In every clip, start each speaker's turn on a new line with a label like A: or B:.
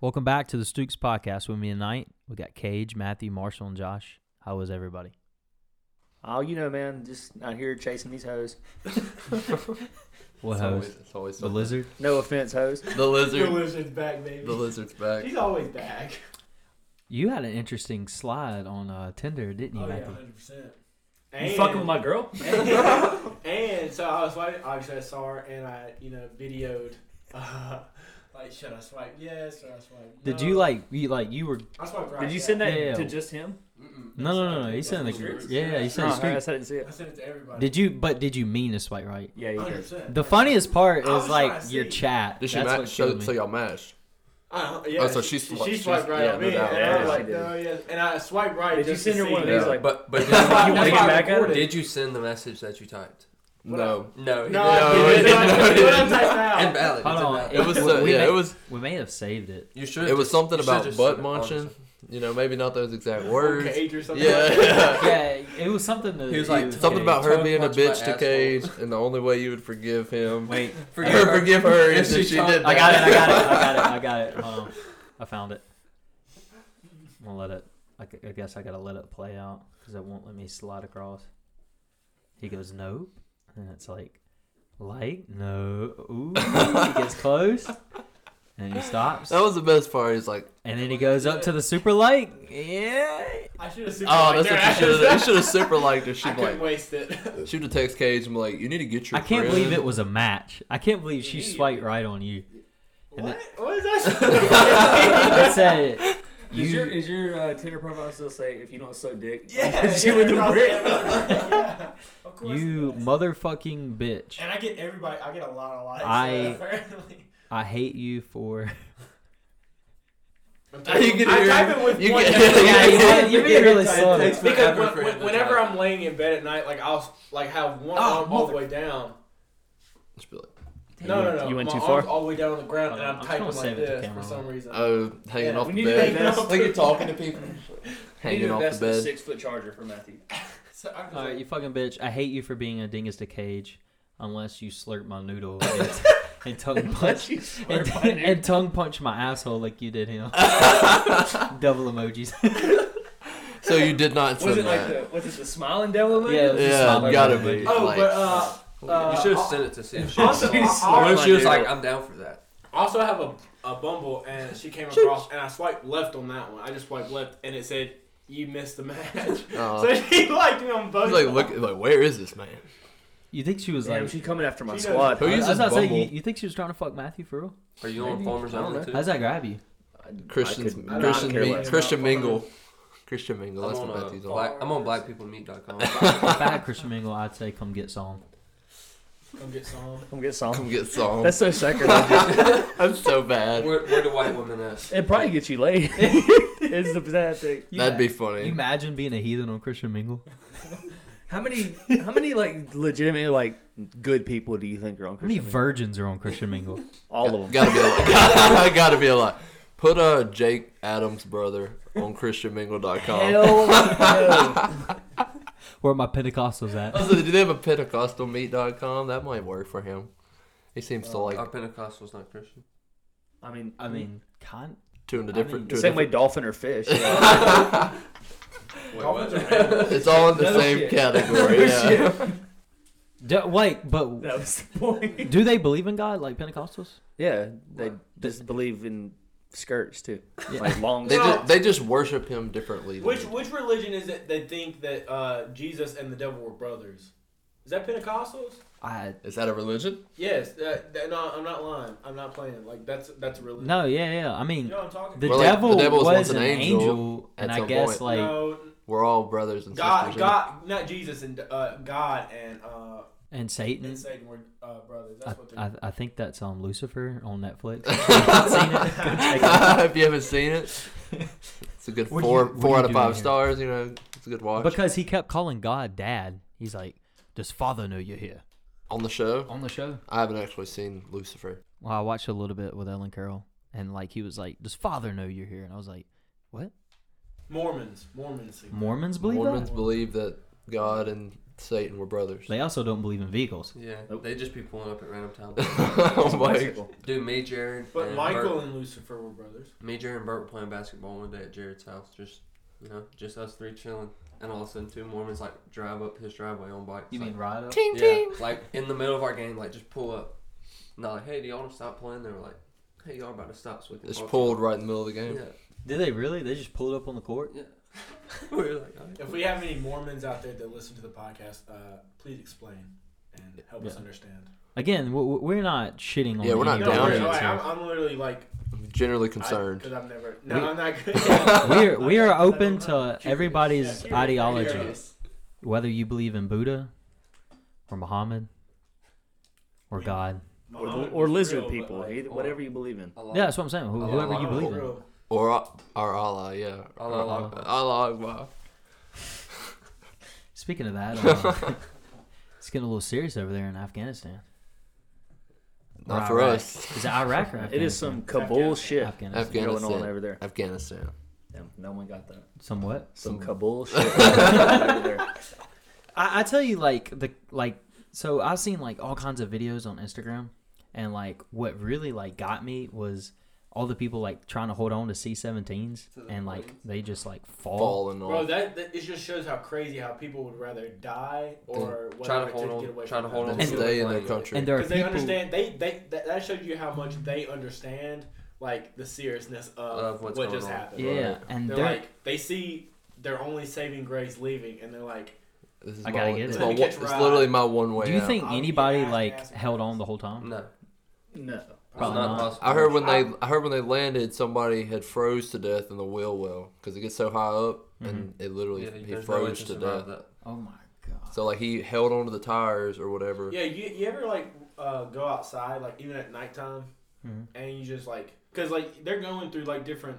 A: Welcome back to the Stooks podcast with me tonight. We got Cage, Matthew, Marshall, and Josh. How is everybody?
B: Oh, you know, man, just out here chasing these hoes.
A: What
C: It's always, it's always
A: The
C: something.
A: lizard?
B: No offense, hoes.
C: The
D: The
C: lizard.
D: lizard's back, baby.
C: the lizard's back.
D: He's always back.
A: You had an interesting slide on uh, Tinder, didn't you,
D: Oh yeah,
A: Matthew?
D: hundred percent.
E: You fucking with my girl?
D: and, and so I was like, obviously I saw her and I, you know, videoed. Uh, like, should I swipe yes? Should I swipe?
A: Did
D: no?
A: you like you like you were
D: I swiped right.
E: Did you send
A: yeah.
E: that
A: Yeah,
E: to
A: yeah.
E: just him?
D: Mm-mm.
A: No no no no he
D: I
A: sent
D: sent
A: the
D: it
E: to
A: group.
D: the
A: Yeah, yeah, he
B: No,
A: sent the
B: I
A: street.
B: guess I didn't see
D: I
B: it.
D: sent it to everybody.
A: Did you but did you mean to swipe right?
E: Yeah, you did.
D: 100%.
A: The funniest part
D: I was
A: is like
D: trying to
A: your
D: see.
A: chat.
C: Did she
A: That's
C: match?
A: what
C: So,
A: killed me.
C: so y'all matched.
D: Uh, yeah,
C: oh, so she,
D: she, she,
C: swi-
D: she swiped right
C: yeah,
D: on
C: no
D: me.
C: doubt.
D: and I
E: Yeah,
D: was
B: she
D: like,
B: did.
D: no, yes. And I swiped right.
E: Did you
D: just to
E: send her
D: see.
E: one of
C: Yeah.
E: these, like-
C: but but did,
E: That's why-
C: you-
E: that's
C: did
E: why I
C: you,
E: back at her?
C: did you send the message that you typed?
D: What
C: No, no, he
D: No,
C: didn't.
D: I
C: he
D: did.
C: didn't.
D: I
C: No, he
D: did. What
C: didn't.
D: I'm typing out.
C: Invalid.
A: Hold
C: It's
A: on.
C: invalid. It was
A: We-
C: so,
A: we
C: yeah.
A: may-
C: It was
A: We may have saved it.
C: you should. It was something you should've about just butt said it, honestly. munching. You know, maybe not those exact words.
D: Cage or something.
C: Yeah.
A: yeah, it was something that
C: He was
A: it
C: like something
A: Cage.
C: about her Talk being a much bitch about to Cage, and the only way you would forgive him,
A: Wait,
C: forgive her, forgive her If is she if she talked- did.
A: I got it.
C: that.
A: I got it. I got it. I got it. Hold on. I found it. I'm gonna let it. I, gu- I guess I gotta let it play out because it won't let me slide across. He goes nope, and it's like like no. Ooh, he gets close, and he stops,
C: That was the best part. He's like,
A: and then he goes up to the super light. Yeah.
D: I should have seen
C: "Oh, that's what you should have. done. You should have super liked her."
D: I
C: She'd be
D: couldn't
C: like,
D: waste it.
C: she would have text Cage and be like, "You need to get your."
A: I can't
C: friend."
A: believe it was a match. I can't believe she
D: Yeah.
A: swiped right on you. And
D: What?
A: then-
D: What is that?
A: I said you.
E: Is your, is your uh, Tinder profile still say if you don't suck dick?
D: Yeah,
E: she would do
D: yeah,
E: it.
D: yeah, of course
A: You
D: it does.
A: motherfucking bitch.
D: And I get everybody. I get a lot of likes.
A: I-
D: uh, apparently.
A: I hate you for.
D: I'm
C: You get
D: I
C: your-
D: type it with
C: you
D: one.
C: get-
A: Yeah,
C: you
A: you're,
C: get-
A: you're being really slow.
C: takes
D: because
C: forever
D: when,
C: for him
D: when,
C: to
D: whenever
C: type.
D: I'm laying in bed at night, like I'll like have one
A: Oh,
D: arm all the way down.
C: Just be like,
D: No, no, no.
E: you went
D: My
E: too
D: arm's
E: far?
D: all the way down on the
A: Hold
D: ground, and
A: on,
D: I'm,
A: I'm just
D: typing
A: gonna save
D: like
A: it to
D: this for
A: camera.
D: some reason.
C: "Oh, hanging
D: Yeah,
C: off
E: we
C: the
E: need to make
C: bed."
E: that-
C: Like
D: Hanging off the-
C: you're talking to people. Hanging off the bed.
E: six foot charger for Matthew.
D: So I'm just
A: All right,
D: like-
A: you fucking bitch. I hate you for being a dingus to cage, unless you slurp my noodle and, and tongue punch and, and tongue punch my asshole like you did him. Double emojis.
C: So you did not
E: Was
C: send
E: it like
C: that.
E: the was it the smiling devil? emoji?
A: Yeah, it was a
C: Yeah,
A: smiley
C: gotta
A: emoji.
C: be.
D: Oh,
C: like,
D: but uh, uh,
C: you should have
D: al-
C: sent it to see if she.
D: Also,
C: what
D: I
C: if she was like, "I'm down for that."
D: also have a, a Bumble, and she came across, and I swiped left on that one. I just swiped left, and it said you missed the match.
C: Uh,
D: so she liked me on both.
C: He's like, look, like, where is this man?
A: You think she was
E: Damn,
A: like?
E: she coming after my
D: She knows-
E: squad.
C: Who
A: I
C: uses
A: was about to say,
C: Bumble?
A: you, you think she was trying to fuck Matthew for real?
C: Are you on
E: Maybe.
C: Farmers
E: I don't
C: Only
E: know.
C: too?
A: How's that grab you?
C: Christian's
E: I don't
C: Christian
E: care
C: Mi-
E: what-
C: Christian Mingle. Christian Mingle. I'm That's on, what uh, Matthew's on.
D: Black-
C: Black,
D: I'm
C: I'm
D: on
C: on
A: If
C: blackpeoplemeet.com.
A: I had Christian Mingle, I'd say come get some.
D: Come get some.
E: Come get some.
C: Come get some.
E: That's so sacrilegious.
C: I'm so bad.
E: Where-
C: do white women at?
E: It probably gets you laid. it's the bad thing.
A: You
C: That'd
A: ma-
C: be
A: You
C: funny.
A: imagine being a heathen on Christian Mingle?
E: How many how many like legitimately like good people do you think are on
A: How many
E: Christian? Mingle?
A: virgins are on Christian Mingle?
E: All of them.
C: Gotta be a lot. Gotta be a lot. Put uh, Jake Adams' brother on ChristianMingle.com.
E: Hell no.
A: Where are my Pentecostals at?
C: Also, do they have a PentecostalMeat.com? That might work for him. He seems to like
F: Our Pentecostal's not Christian.
E: I mean,
A: I mean, con-
C: to
A: I
C: a
A: mean,
C: different.
E: the
C: to a
E: same way
C: different-
E: dolphin or fish.
D: Dolphins are animals.
C: It's all in the
E: Another
C: same
E: shit.
C: category. Yeah.
A: Do, wait, but
E: That was the point.
A: do they believe in God like Pentecostals?
E: Yeah, they just believe in skirts too,
A: Yeah.
E: like long.
C: They
D: No.
C: just they just worship him differently. than
D: Which
C: we
D: which religion is it? They think that uh, Jesus and the devil were brothers. Is that Pentecostals?
A: I
C: do. Is that a religion?
D: Yes. That, that, no, I'm not lying. I'm not playing. Like that's that's a religion.
A: no, yeah, yeah. I mean,
D: You know what I'm talking
A: the,
C: Well, like,
A: devil
C: the devil was
A: was
C: once
A: an
C: an
A: angel,
C: angel
A: and
C: at
A: I
C: some
A: guess
C: point.
A: like
D: no,
C: We're all brothers and
D: God,
C: sisters.
D: God, not Jesus and uh, God and uh,
A: and Satan.
D: and Satan were uh, brothers.
A: I,
D: That's what they're.
A: I, I think that's um Lucifer on Netflix.
C: if you haven't seen it, it's a good
A: What are
C: four
A: you- what
C: four
A: are you
C: out of
A: doing
C: five
A: here?
C: stars. You know, it's a good watch
A: because he kept calling God Dad. He's like, "Does Father know you're here
C: on the show.
A: on the show?"
C: I haven't actually seen Lucifer.
A: Well, I watched a little bit with Ellen Carroll, and like he was like, "Does Father know you're here?" And I was like, "What?
D: Mormons, Mormons.
A: Mormons believe
C: Mormons
A: that?"
C: believe that God and Satan were brothers.
A: They also don't believe in vehicles.
F: Yeah,
E: Nope.
F: they just be pulling up at random times.
C: oh my!
E: Bicycle.
F: Dude, me, Jared,
D: But
F: and
D: Michael
F: Bert,
D: and Lucifer were brothers.
F: me, Jared, and Bert were playing basketball one day at Jared's house. Just you know, just us three chilling, and all of a sudden, two Mormons like drive up his driveway on bikes. like,
A: ride up?
F: yeah, like in the middle of our game, like just pull up. Not like, hey, do y'all want to stop playing? They were like, hey, y'all about to stop? So we can
C: It's
F: both-
C: pulled right in the middle of the
F: Yeah,
C: game.
A: Did they really? They just pulled up on the court?
F: yeah. we were like, all right.
D: If we have any Mormons out there that listen to the podcast, uh, please explain and help us
A: Yeah.
D: understand.
A: Again, w- w- we're not shitting on
C: Yeah, we're not
A: any
D: No,
C: down
D: we're-
A: religions
C: here.
D: like, I'm,
A: here.
D: I'm literally like
C: I'm generally concerned.
D: because I've never. No,
A: We-
D: I'm not good.
A: We're, we are
D: I don't
A: open
D: know.
A: to everybody's ideology, whether you believe in Buddha or Muhammad or God.
E: Or,
D: Muhammad
E: or
D: was
E: lizard
D: real, but,
E: people,
D: like,
E: hey, whatever you believe in.
F: A lot-
A: Yeah, that's what I'm saying. Wh-
F: Allah,
A: Whoever you
F: Allah.
A: believe
D: for
A: in.
D: real.
C: or or Allah, yeah. Uh-huh.
F: Allah,
A: Allah.
F: Allah.
C: Allah Akbar.
A: Speaking of that, uh, it's getting a little serious over there in Afghanistan.
C: Not
A: Or
C: for
A: Iraq.
C: us.
A: Is it Iraq or Afghanistan?
E: It is some Kabul shit
A: Afghanistan.
E: going
C: Afghanistan.
E: on over there.
C: Afghanistan.
E: Damn, no one got that.
A: Some what?
E: Some Kabul shit going on over there.
A: I, I tell you, like the like. So I've seen like all kinds of videos on Instagram, and like what really like got me was all the people like trying to hold on to C-17s,
F: To the
A: and like
F: planes.
A: they just like fall.
C: Falling
D: Bro,
C: off.
D: that, that it just shows how crazy how people would rather die or
F: Try to
D: whatever
F: hold
D: to get away
F: on. Try
D: from
F: to hold
D: that.
F: on.
A: And-
C: Stay
F: to the
C: in their
F: plane.
C: country.
A: And there are
D: because they
A: people.
D: understand they they that, that shows you how much they understand like the seriousness of,
F: Of what's
D: what
F: going
D: just
F: on.
D: happened.
A: yeah, and
D: they're,
A: they're,
D: like they see their only saving grace leaving, and they're like,
C: This is
A: I
C: my
A: gotta
C: one-
A: get
C: it's
A: it.
C: my
D: Let me
C: one-
D: catch
C: It's
D: ride.
C: literally my one way.
A: do you
C: out. Mm.
A: think
D: I'll be
A: anybody
D: ass,
A: like
D: ass,
A: held
D: ass.
A: on the whole time?
F: No,
E: No.
A: Probably
F: it's not,
A: not.
F: possible.
C: I heard when they I heard when they landed, somebody had froze to death in the wheel well because it gets so high up and
A: Mm-hmm.
C: it literally
F: Yeah,
C: he
F: there's no way
C: froze to
F: survive
C: death.
F: that.
A: Oh my god.
C: So like he held onto the tires or whatever.
D: yeah, you you ever like uh, go outside like even at nighttime,
A: Mhm.
D: and you just like because like they're going through like different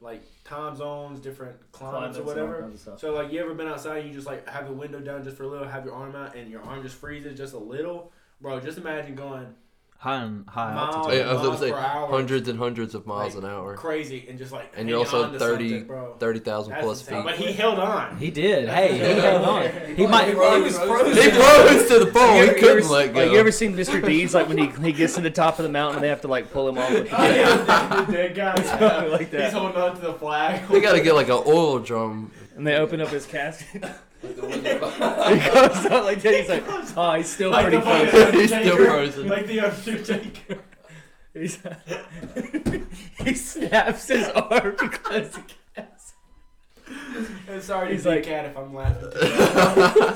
D: like time zones, different climes or whatever. So like you ever been outside and you just like have the window down just for a little, have your arm out and your arm just freezes just a little, bro. Just imagine going
A: High and high
D: Miles.
A: altitude.
C: Yeah, I was gonna
D: Miles
C: say
D: per hour.
C: hundreds and hundreds of miles
D: Like,
C: an hour,
D: crazy and just like
C: and you're
D: hang
C: also
D: on to
C: 30
D: something, bro.
C: 30,000
D: That's
C: plus
D: insane.
C: feet.
D: But he held on.
A: He did. Hey, he held on. He might.
C: He froze to the fall. Oh, He
E: you ever,
C: couldn't let go.
E: Like, you ever seen Mr. Deeds? Like when he, he gets to the top of the mountain, and they have to like pull him off with
C: Oh,
E: the
D: yeah, the dead guy. yeah.
E: like
D: He's
E: that,
D: holding on to the flag.
C: they gotta get like an oil drum.
E: and they open up his casket. he comes out like that. He's like, oh, he's still
D: Like
E: pretty
D: the fucking
E: close.
C: He's still
D: Undertaker.
C: frozen.
D: Like the Undertaker.
E: He's, he snaps his arm because he casket.
D: And sorry,
E: He's
D: he's like
E: like-
D: cat if I'm laughing. Uh,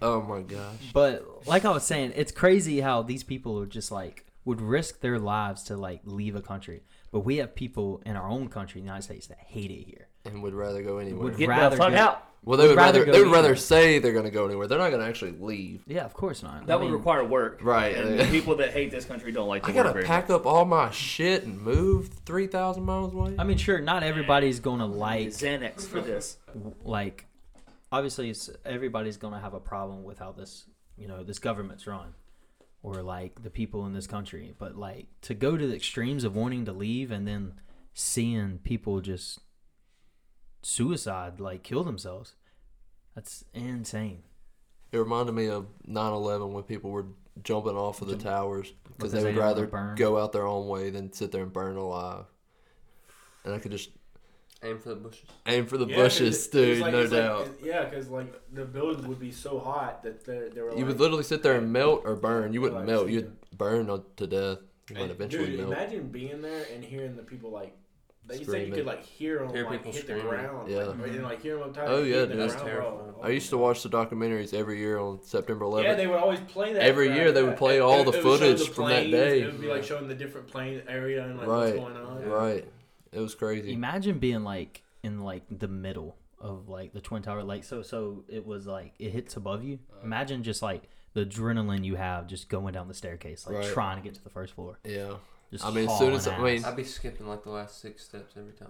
C: Oh my gosh.
A: But like I was saying, it's crazy how these people are just like would risk their lives to like leave a country. But we have people in our own country, the United States, that hate it here.
C: And would rather go anywhere.
A: Would-
E: Get
A: Rather
E: the fuck
A: go-
E: out.
C: well, they
A: would
C: would
A: rather
C: rather
A: go
C: they would rather
A: anywhere.
C: say they're gonna go anywhere. They're not gonna actually leave.
A: Yeah, of course not.
E: That
A: I mean,
E: would require work.
C: Right.
E: And the people that hate this country don't like to
C: I
E: work
C: gotta
E: very
C: pack up all my shit and move three thousand miles away.
A: I mean, sure, not everybody's gonna
E: much.
A: like
E: Xanax for this.
A: like. Obviously, it's, everybody's gonna have a problem with how this you know this government's run, or like the people in this country. But like to go to the extremes of wanting to leave and then seeing people just suicide, like kill themselves, that's insane.
C: It reminded me of 9/11 when people were jumping off of the towers because they
A: they
C: would
A: didn't wanna
C: rather
A: burn.
C: go out their own way than sit there and burn alive. And I could just
F: Aim for the bushes.
C: aim for the
D: yeah, 'cause
C: bushes,
D: it-
C: dude,
D: it's like-
C: no
D: it's like-
C: doubt.
D: it- yeah, because like the building would be so hot that they, they were.
C: you
D: like,
C: would literally sit there and melt or burn. You wouldn't
D: Like,
C: melt.
D: see
C: You'd burn o- to death. You might
D: And,
C: eventually
D: dude,
C: melt.
D: imagine being there and hearing the people like. They said you
C: Screaming.
D: could like hear them
F: Hear
D: like
F: people
D: hit the
F: screaming.
D: ground.
C: Yeah.
D: Like, and, like hear them
C: Oh, yeah, dude.
F: That's
D: That's
F: terrifying.
D: terrible.
C: I used to watch the documentaries every year on September 11th.
D: Yeah, they would always play that.
C: Every
D: crap.
C: year they would play
D: It-
C: all
D: it-
C: the
D: it would show
C: footage from that
D: planes,
C: day.
D: It would be like showing the different plane area and like
C: Right.
D: what's going on.
C: Right. It was crazy.
A: Imagine being like in like the middle of like the twin tower, like so so it was like it hits above you.
C: Uh.
A: Imagine just like the adrenaline you have just going down the staircase, like
C: Right.
A: trying to get to the first floor.
C: yeah.
A: Just
C: I mean, as soon as-
A: hauling
C: I mean-
A: ass.
F: I'd be skipping like the last six steps every time.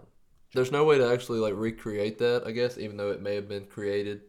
C: There's no way to actually like recreate that, I guess, even though it may have been created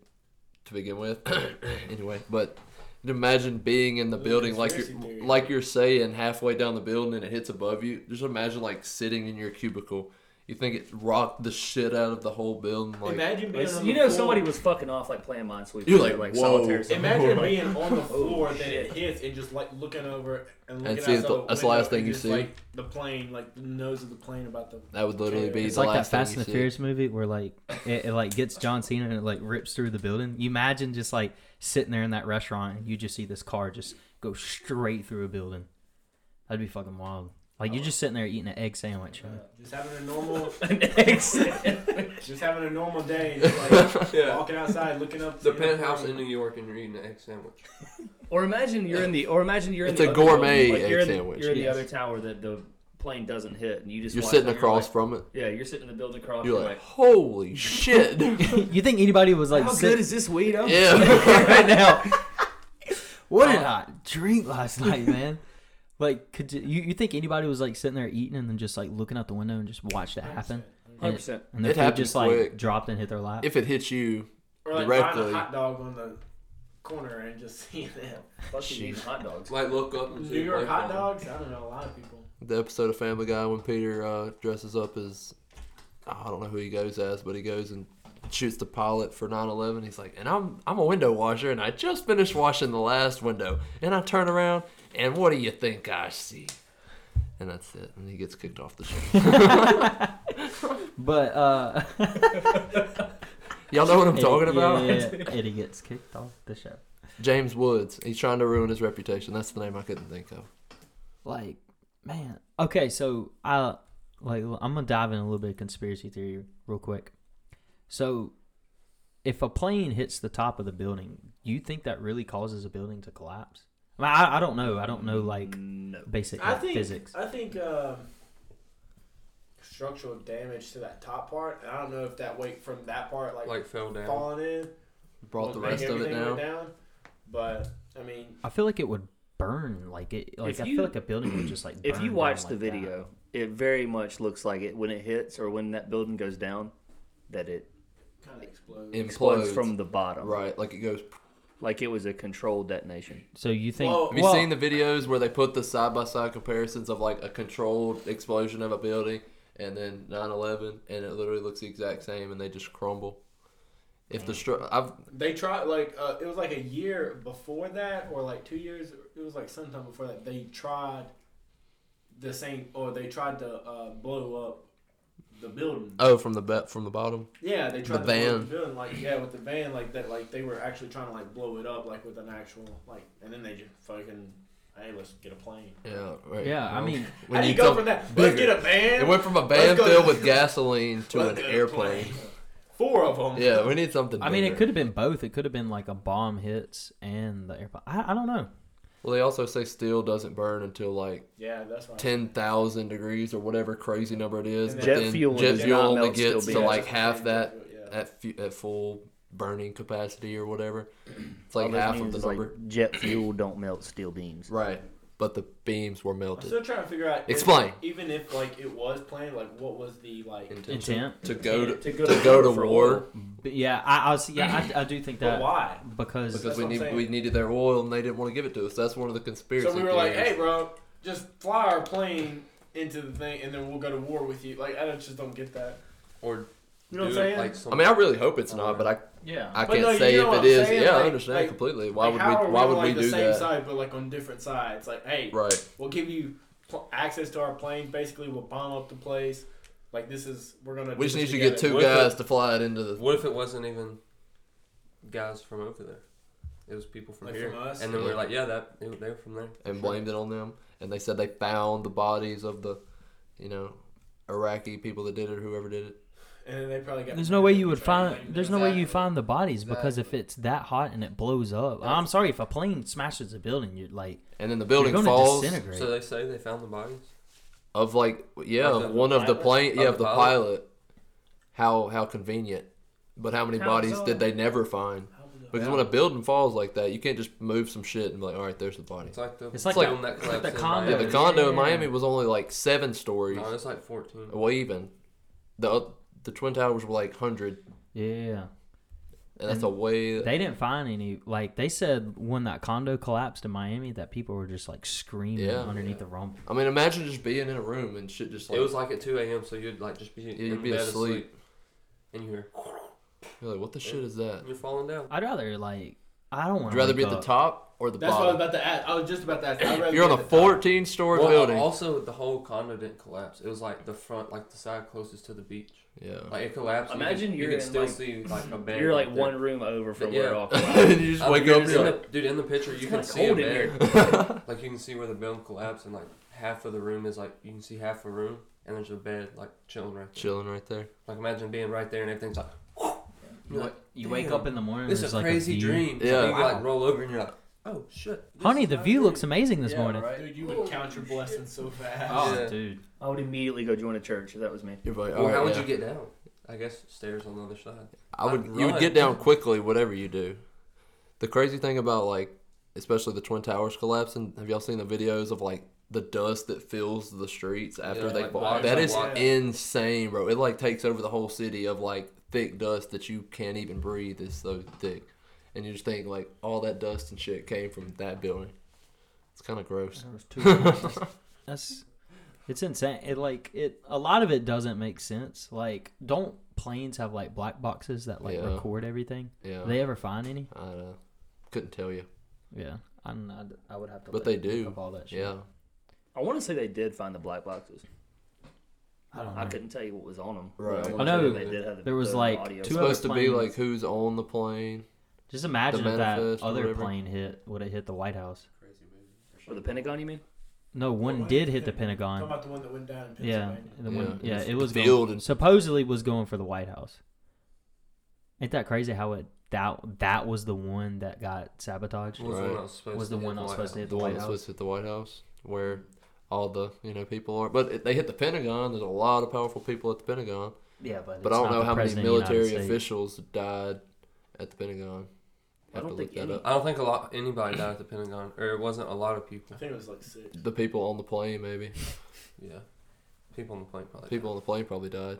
C: to begin with. anyway, but imagine being in the
D: Ooh,
C: building like you're
D: conspiracy theory.
C: like you're saying halfway down the building and it hits above you. Just imagine like sitting in your cubicle. You think it rocked the shit out of the whole building? Like,
D: imagine being
E: Like,
D: on
E: you
D: the
E: know,
D: floor.
E: somebody was fucking off like playing Minesweeper.
C: You're like,
E: or,
C: whoa.
E: solitaire or something.
D: Imagine
E: Like,
D: being on the
E: oh,
D: floor that
E: shit.
D: it hits and just like looking over and looking
C: see, it's
D: outside
C: the- that's the
D: window
C: last thing
D: and
C: you
D: just,
C: see.
D: Like, the plane, like the nose of the plane about the.
C: that would literally be
A: It's
C: the
A: like that
C: last thing
A: Fast
C: you
A: and the
C: see.
A: Furious movie where like it, it like gets John Cena and it like rips through the building. You imagine just like sitting there in that restaurant and you just see this car just go straight through a building. That'd be fucking wild. Like
C: Oh.
A: you're just sitting there eating an egg sandwich.
D: Uh, just having a normal,
E: an exit.
D: just having a normal day, and just, like walking outside, looking up.
F: The
D: seeing
F: penthouse
D: plane.
F: in New York and you're eating an egg sandwich.
E: Or imagine you're in the. Or imagine you're in
C: It's
E: the
C: a
E: other
C: gourmet
E: building,
C: egg
E: you're in,
C: sandwich.
E: You're in
A: Yes.
E: the other tower that the plane doesn't hit, and you just
C: You're
E: watch
C: sitting
E: it, and
C: across
E: like-
C: from it.
E: yeah, you're sitting in the building across.
C: You're like, holy shit.
A: you think anybody was like
E: how
A: sit-
E: good is this weed? I'm
C: yeah.
A: right now? What did
C: Uh,
A: I drink last night, man? Like, could you, you you think anybody was like sitting there eating and then just like looking out the window and just watch that happen? And,
E: 100%.
A: and the
C: It
A: food
C: happened
A: just
C: quick.
A: like dropped and hit their lap.
C: If it hits you,
D: Or like
C: directly.
D: buying a hot dog on the corner and just seeing them.
E: fucking eating hot dogs.
F: Like look up and see
D: New
F: a
D: York
F: plane
D: hot
F: flying.
D: dogs. I don't know a lot of people.
C: the episode of Family Guy when Peter uh, dresses up as I don't know who he goes as, but he goes and shoots the pilot for 9/11. He's like, and I'm I'm a window washer, and I just finished washing the last window, and I turn around, and what do you think I see? And that's it. And he gets kicked off the show.
A: But uh,
C: Y'all know what I'm talking
A: Eddie-
C: about?
A: yeah, yeah, yeah. Eddie gets kicked off the show.
C: James Woods. He's trying to ruin his reputation. That's the name I couldn't think of.
A: Like, man. Okay, so I like I'm gonna dive in a little bit of conspiracy theory real quick. So, if a plane hits the top of the building, do you think that really causes a building to collapse? I mean, I, I don't know. I don't know like
E: no.
A: basic
D: I
A: like,
D: think
A: physics.
D: I think um, structural damage to that top part. And I don't know if that weight from that part like,
F: Like fell down.
D: falling in
C: Brought
D: would
C: the
D: make
C: rest of it
D: everything go
C: down.
D: down. But I mean,
A: I feel like it would burn. Like it. Like
E: If
A: I
E: you-
A: feel like a building would just like.
E: If
A: burn
E: you
A: down
E: watch the
A: like that.
E: video, it very much looks like it when it hits or when that building goes down, that it
D: kind of explodes.
E: explodes
C: Implodes.
E: from the bottom.
C: right, like it goes
E: Like it was a controlled detonation.
A: so you think?
D: Well-
C: Have you
A: well,
C: seen the videos where they put the side by side comparisons of like a controlled explosion of a building and then 9 11 and it literally looks the exact same and they just crumble? If the stru- I've
D: They tried like uh, it was like a year before that, or like two years. It was like sometime before that. They tried the same, or they tried to uh, blow up the building.
C: oh from the bet from the bottom,
D: yeah, they tried
C: the
D: to blow up
C: van.
D: the building. Like yeah, with the van, like that. Like they were actually trying to like blow it up, like with an actual like. And then they just fucking hey, let's get a plane.
C: yeah, right.
A: Yeah, I
C: Well,
A: mean,
D: How do you go
C: talk
D: from that?
C: bigger,
D: Let's get a van.
C: it went from a van
D: go-
C: filled with gasoline to
D: let's
C: an
D: get a
C: airplane.
D: Four of them.
C: Yeah, we need something.
A: I mean, it
C: bigger.
A: could have been both. It could have been like a bomb hits and the airplane. I, I don't know.
C: Well, they also say steel doesn't burn until like
D: Yeah, that's right.
C: ten thousand degrees or whatever crazy number it is.
D: And
C: but
D: jet
C: then
E: fuel
C: jet
E: does
C: fuel
E: not
C: only
E: melt steel
C: gets to
E: beams.
C: like half that
D: Yeah.
C: at, fu- at full burning capacity or whatever. It's
E: All
C: like
E: this
C: half
E: means
C: of the
E: is,
C: number.
E: Like jet fuel don't melt steel beams.
C: Right. But the beams were
D: I'm
C: melted.
D: still trying to figure out. if-
C: Explain.
D: even if like it was planned, like what was the like?
A: Intent.
C: to go to,
E: To
C: to
E: go
C: go
E: to
C: to,
E: war.
C: war
A: But yeah, I, I was. Yeah, I, I do think
D: But
A: that
D: why?
A: because,
C: because we
D: what I'm
C: need
D: saying.
C: we needed their oil and they didn't want to give it to us. That's one of the conspiracy
D: So we were like,
C: theories.
D: "Hey, bro, just fly our plane into the thing, and then we'll go to war with you." Like I don't, just don't get that.
F: Or
D: You know
F: do
D: what I'm
F: it
D: saying?
F: like some
C: I mean, I really hope it's not, but I
A: yeah,
C: I
D: But
C: can't
D: no, you
C: say
D: know
C: if
D: what
C: it
D: I'm
C: is.
D: saying,
C: Yeah, I
D: like-
C: understand
D: like-
C: completely. Why
D: Like,
C: would
D: how are
C: we? Why
D: on,
C: would
D: like,
C: we
D: the
C: do
D: same
C: that?
D: side, but like on different sides. Like, hey,
C: Right.
D: we'll give you pl- access to our planes. Basically, we'll bomb up the place. Like this is we're gonna.
C: We
D: do
C: just need
D: this
C: to get
D: together.
C: two
F: What if
C: guys to fly it into the.
F: What if it wasn't even guys from over there? It was people from
D: Like
F: here,
D: from us?
F: and then we
C: Yeah.
F: we're like, yeah, that they, they were from there.
C: and blamed it on them. And they said they found the bodies of the, you know, Iraqi people that did it, whoever did it.
D: And then they probably got.
A: there's no way you would find.
D: Like,
A: There's no way you
F: Exactly.
A: find the bodies because if it's that hot and it blows up, I'm sorry if a plane smashes a building, you're like
C: And then the
A: you're
C: building
A: going
C: falls
A: to disintegrate.
F: So they say they found the bodies.
C: of like yeah
F: Of the
C: one of the
F: pilot?
C: plane yeah
F: Of
C: of
F: the
C: the
F: pilot?
C: pilot. How how convenient, but how many
E: How
C: bodies
E: bizarre.
C: did they never find? Because when a building falls like that, you can't just move some shit and be like, all right, there's the body.
F: It's like the
A: It's like
F: film
A: the-
F: that
A: it's like
F: collapsed
A: the
F: in
A: condo.
C: Yeah,
F: Miami.
C: the condo in
A: Yeah.
C: Miami was only like seven stories.
F: No, it's like fourteen.
C: Well, even the the twin towers were like hundred.
A: yeah,
C: And that's a way.
A: They didn't find any. Like they said, when that condo collapsed in Miami, that people were just like screaming
C: Yeah.
A: underneath
F: Yeah.
A: the rumble.
C: I mean, imagine just being in a room and shit just like
F: It was like at 2 a.m., so you'd like just be
C: Yeah, you'd
F: in
C: be
F: bed
C: asleep.
F: asleep. And you hear,
C: you're like, what the shit is that?
F: you're falling down.
A: I'd rather like I don't want.
C: Would you rather be at the top or the
D: That's what I was
C: bottom?
D: about to ask. I was just about to ask. I'd rather
C: If you're
D: be
C: on a
D: at the top.
C: 14 story
F: Well,
C: building.
F: also, the whole condo didn't collapse. It was like the front, like the side closest to the beach.
C: yeah.
F: Like it collapsed. and you
E: Imagine
F: could- you
E: you're
F: could
E: in,
F: still
E: like-
F: see like a bed.
E: You're
F: right
E: like
F: there.
E: one room over from where it
F: Yeah.
E: all collapsed.
C: and you just
F: I
C: wake
F: mean,
C: up and
F: it's
C: you're
F: in
C: like,
F: the- dude. In the picture, you can
E: kinda
F: see a
E: cold in
F: bed. like you can see where the building collapsed, and like half of the room is like you can see half a room, and there's a bed like chilling right there.
C: chilling right there.
F: Like imagine being right there, and everything's like. You're like,
A: You wake up in the morning.
F: this
A: there's
F: is a
A: like
F: crazy
A: view.
F: dream.
C: Yeah.
F: Yeah. you
C: Wow.
F: like roll over, and you're like, oh shit. this
A: Honey,
F: is
A: the
F: my
A: view
F: dream."
A: looks amazing this
F: Yeah,
A: morning.
F: right?
D: Dude, you would count your blessings so fast.
A: Oh,
F: Yeah.
A: dude.
E: I would immediately go join a church if that was me.
C: You're like,
F: Or
C: "Alright,
F: how would
C: Oh, yeah."
F: you get down? I guess stairs on the other side.
C: I would.
F: I'd
C: You would
F: run.
C: get down quickly, whatever you do. The crazy thing about like, especially the twin towers collapsing. Have y'all seen the videos of like the dust that fills the streets after
F: Yeah,
C: they
F: like
C: fall?
F: blocks
C: That
F: and
C: is
F: blocks.
C: insane, bro. It like takes over the whole city of like thick dust that you can't even breathe. It's so thick, and you just think like all that dust and shit came from that building. It's kind of gross.
A: There was two- That's it's insane. It like it a lot of it doesn't make sense. Like, don't planes have like black boxes that like
C: Yeah.
A: record everything?
C: Yeah,
A: Do they ever find any?
C: I don't know. Couldn't tell you.
A: Yeah, I'm, I'd- I would have to.
C: But
A: look-
C: they do.
A: look up all that shit.
C: Yeah,
E: I want to say they did find the black boxes.
A: I don't know.
E: I couldn't tell you what was on them.
C: Right.
E: I,
C: I
E: wanna
A: know
E: say they did have the,
A: there was,
E: the
A: like,
E: audio.
A: two-
C: supposed to
A: other
C: be
A: planes-
C: like who's on the plane.
A: Just imagine if that
C: manifest or
A: other
C: whatever.
A: plane hit would have hit the White House.
F: Crazy
E: or the Pentagon, you mean?
A: No, one
D: What?
A: did hit the
D: Talking
A: Pentagon.
D: about the one that went down in
A: Yeah,
D: Pennsylvania.
A: the
C: Yeah,
A: one.
C: it
A: Yeah,
C: was
A: it was
C: filled
A: going,
C: and-
A: supposedly was going for the White House. Ain't that crazy? How it that that was the one that got sabotaged.
F: Was the one
C: Right.
F: I was supposed
A: Was
F: to
A: the
F: hit
A: one I was
F: White
A: supposed to
F: House.
A: hit
C: the one that's supposed to hit the White House, where all the you know people are. But it, they hit the Pentagon. There's a lot of powerful people at the Pentagon.
A: Yeah, but
C: But
A: it's
C: I
A: not
C: don't know
A: the
C: how many
A: president of the United
C: military
A: States.
C: officials died at the
E: I
C: Pentagon. Have to
E: don't
C: look
E: think
C: that
E: any-
C: up.
F: I don't think a lot anybody died at the Pentagon, or it wasn't a lot of people.
D: I think it was like six.
C: The people on the plane, maybe.
F: Yeah, people on the plane probably.
C: People on the plane probably died.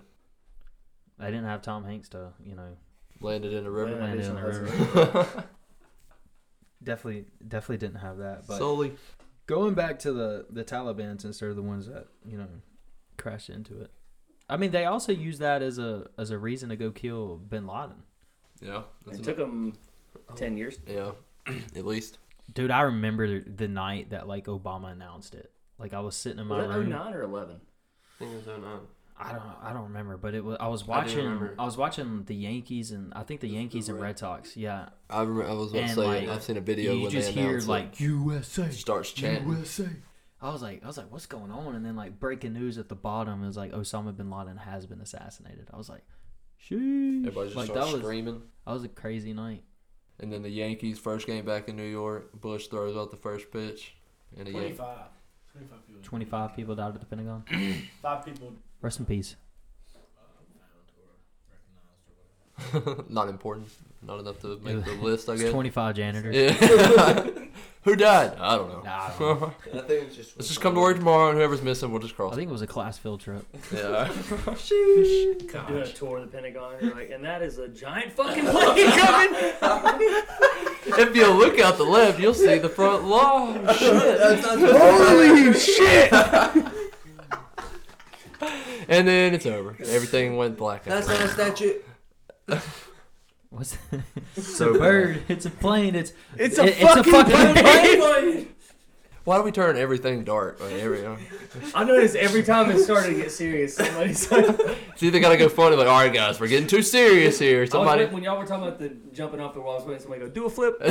A: They didn't have Tom Hanks to, you know,
C: Landed in a river.
E: Yeah,
A: land
E: there's
A: in the
E: no- that's-
A: river. Definitely, definitely didn't have that. But
C: Solely.
A: going back to the the Taliban, since they're the ones that you know crashed into it. I mean, they also use that as a as a reason to go kill Bin Laden.
C: Yeah. That's
E: It
C: an-
E: took them 10 years.
C: yeah. at least.
A: Dude, I remember the night that like Obama announced it. Like I was sitting in my
E: Was that
A: room.
E: 09 or 11?
F: I think it was 09.
A: I don't I don't remember, but it was I was
F: I do
A: watching I,
F: remember.
A: was watching the Yankees and I think the
F: The- the
A: Yankees and
F: Red-
A: Red Sox. Yeah,
C: I remember. I was about to
A: And,
C: say.
A: like,
C: I've seen a video
A: you
C: when
A: just
C: they
A: hear
C: announced
A: like USA
C: it. Starts chanting.
A: USA. I was like, I was like, what's going on? And then like breaking news at the bottom is like Osama bin Laden has been assassinated. I was like, sheesh.
C: Everybody just
A: like
C: starts
A: that was
C: screaming.
A: that was a crazy night.
C: And then the Yankees first game back in New York, Bush throws out the first pitch, and a Yankee,
D: 25. 25 people.
A: Twenty five people died at the Pentagon.
D: Five people
A: Rest in peace.
C: not important, not enough to
A: It
C: make the
A: was-
C: list, I guess.
A: Twenty five janitors.
C: Yeah. Who died? I don't know.
A: Nah, I don't
F: I think it's just.
C: Let's just come to work tomorrow, and whoever's missing, we'll just
A: I
C: cross.
A: think it was a class field trip.
C: Yeah.
E: Doing a tour of the Pentagon. You're like, and that is a giant fucking plane coming.
C: if you look out the left, you'll see the front lawn.
E: Holy shit!
C: And then it's over. Everything went black.
F: That's
C: after
F: not a
C: that.
F: statue.
A: What's it's
C: So
A: a
C: bad.
A: bird. It's a plane. It's
E: It's
A: it-
E: a fucking plane.
C: Why do we turn everything dark? Like, every, uh, it's
E: I noticed every time it started to get serious, somebody's like,
C: either gotta go funny, like, all right, guys, we're getting too serious
A: Oh,
C: here.
E: Somebody...
C: Somebody.
E: "Oh, when y'all were talking about the jumping off the walls, when somebody go, do a flip.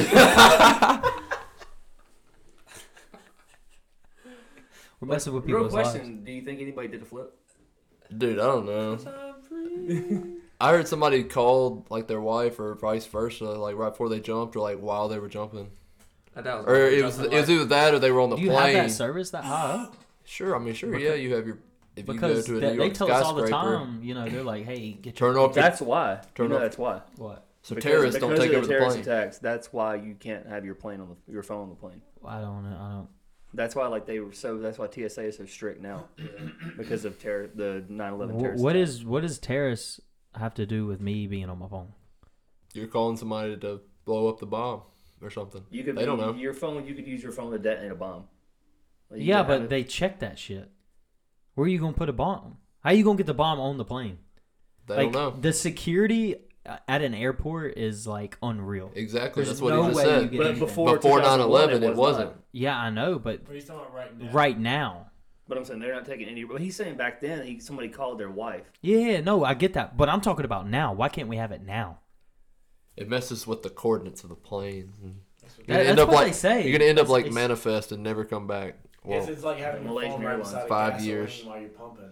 A: We're messing with
E: Real
A: people's
E: question:
A: lives.
E: Do you think anybody did a flip?
C: Dude, I don't know. I heard somebody called like their wife or vice versa, like right before they jumped or like while they were jumping,
F: I doubt
C: or it was it was either that or they were on the
A: Do you have
C: plane.
A: that service that high up?
C: sure, I mean, sure, yeah, you have your if you go
A: Because
C: to a
A: they,
C: New
A: they
C: York
A: tell us
C: skyscraper,
A: all the time, you know, they're like, "Hey, get your
C: turn off your,
E: That's why.
C: Turn
E: you know
C: off-
E: that's why.
A: what?"
C: so
E: Because-
C: terrorists don't
E: because
C: take
E: of
C: over the
E: terrorist
C: plane.
E: attacks. That's why you can't have your plane on the, your phone on the plane.
A: I don't know. I don't.
E: That's why like they were so. That's why TSA is so strict now because of terror the 9/11
A: Wh-
E: terrorist.
A: what
E: attack.
A: is what does terrorists have to do with me being on my phone?
C: you're calling somebody to blow up the bomb or something.
B: You could
C: They don't know.
B: your phone. You could use your phone to detonate a bomb. Like, you could
A: yeah,
B: have
A: but
B: it-
A: they check that shit. Where are you gonna put a bomb? How you gonna get the bomb on the plane?
C: They
A: like
C: don't know.
A: the security uh, at an airport is like unreal.
C: Exactly.
A: There's
C: That's what
A: no
C: he just
A: way you
C: said.
A: get
B: But
A: anything.
B: before
C: Before
B: 2001,
C: 9/11, it
B: was
C: wasn't.
B: not.
A: Yeah, I know, but
D: But he's talking about right now.
A: right now.
B: But I'm saying they're not taking any. But he's saying back then, he, somebody called their wife.
A: Yeah, no, I get that, but I'm talking about now. Why can't we have it now?
C: It messes with the coordinates of the plane.
D: That's what
C: You're gonna
A: That-
C: end
A: that's
C: up
A: what
C: like
A: they say.
C: you're gonna end up
A: It's-
C: like
A: it's-
C: manifest and never come back. Well,
D: It's, it's like having your
B: Malaysian
D: phone right
B: Airlines.
D: beside a
C: Five
D: gasoline
C: years.
D: while you're pumping.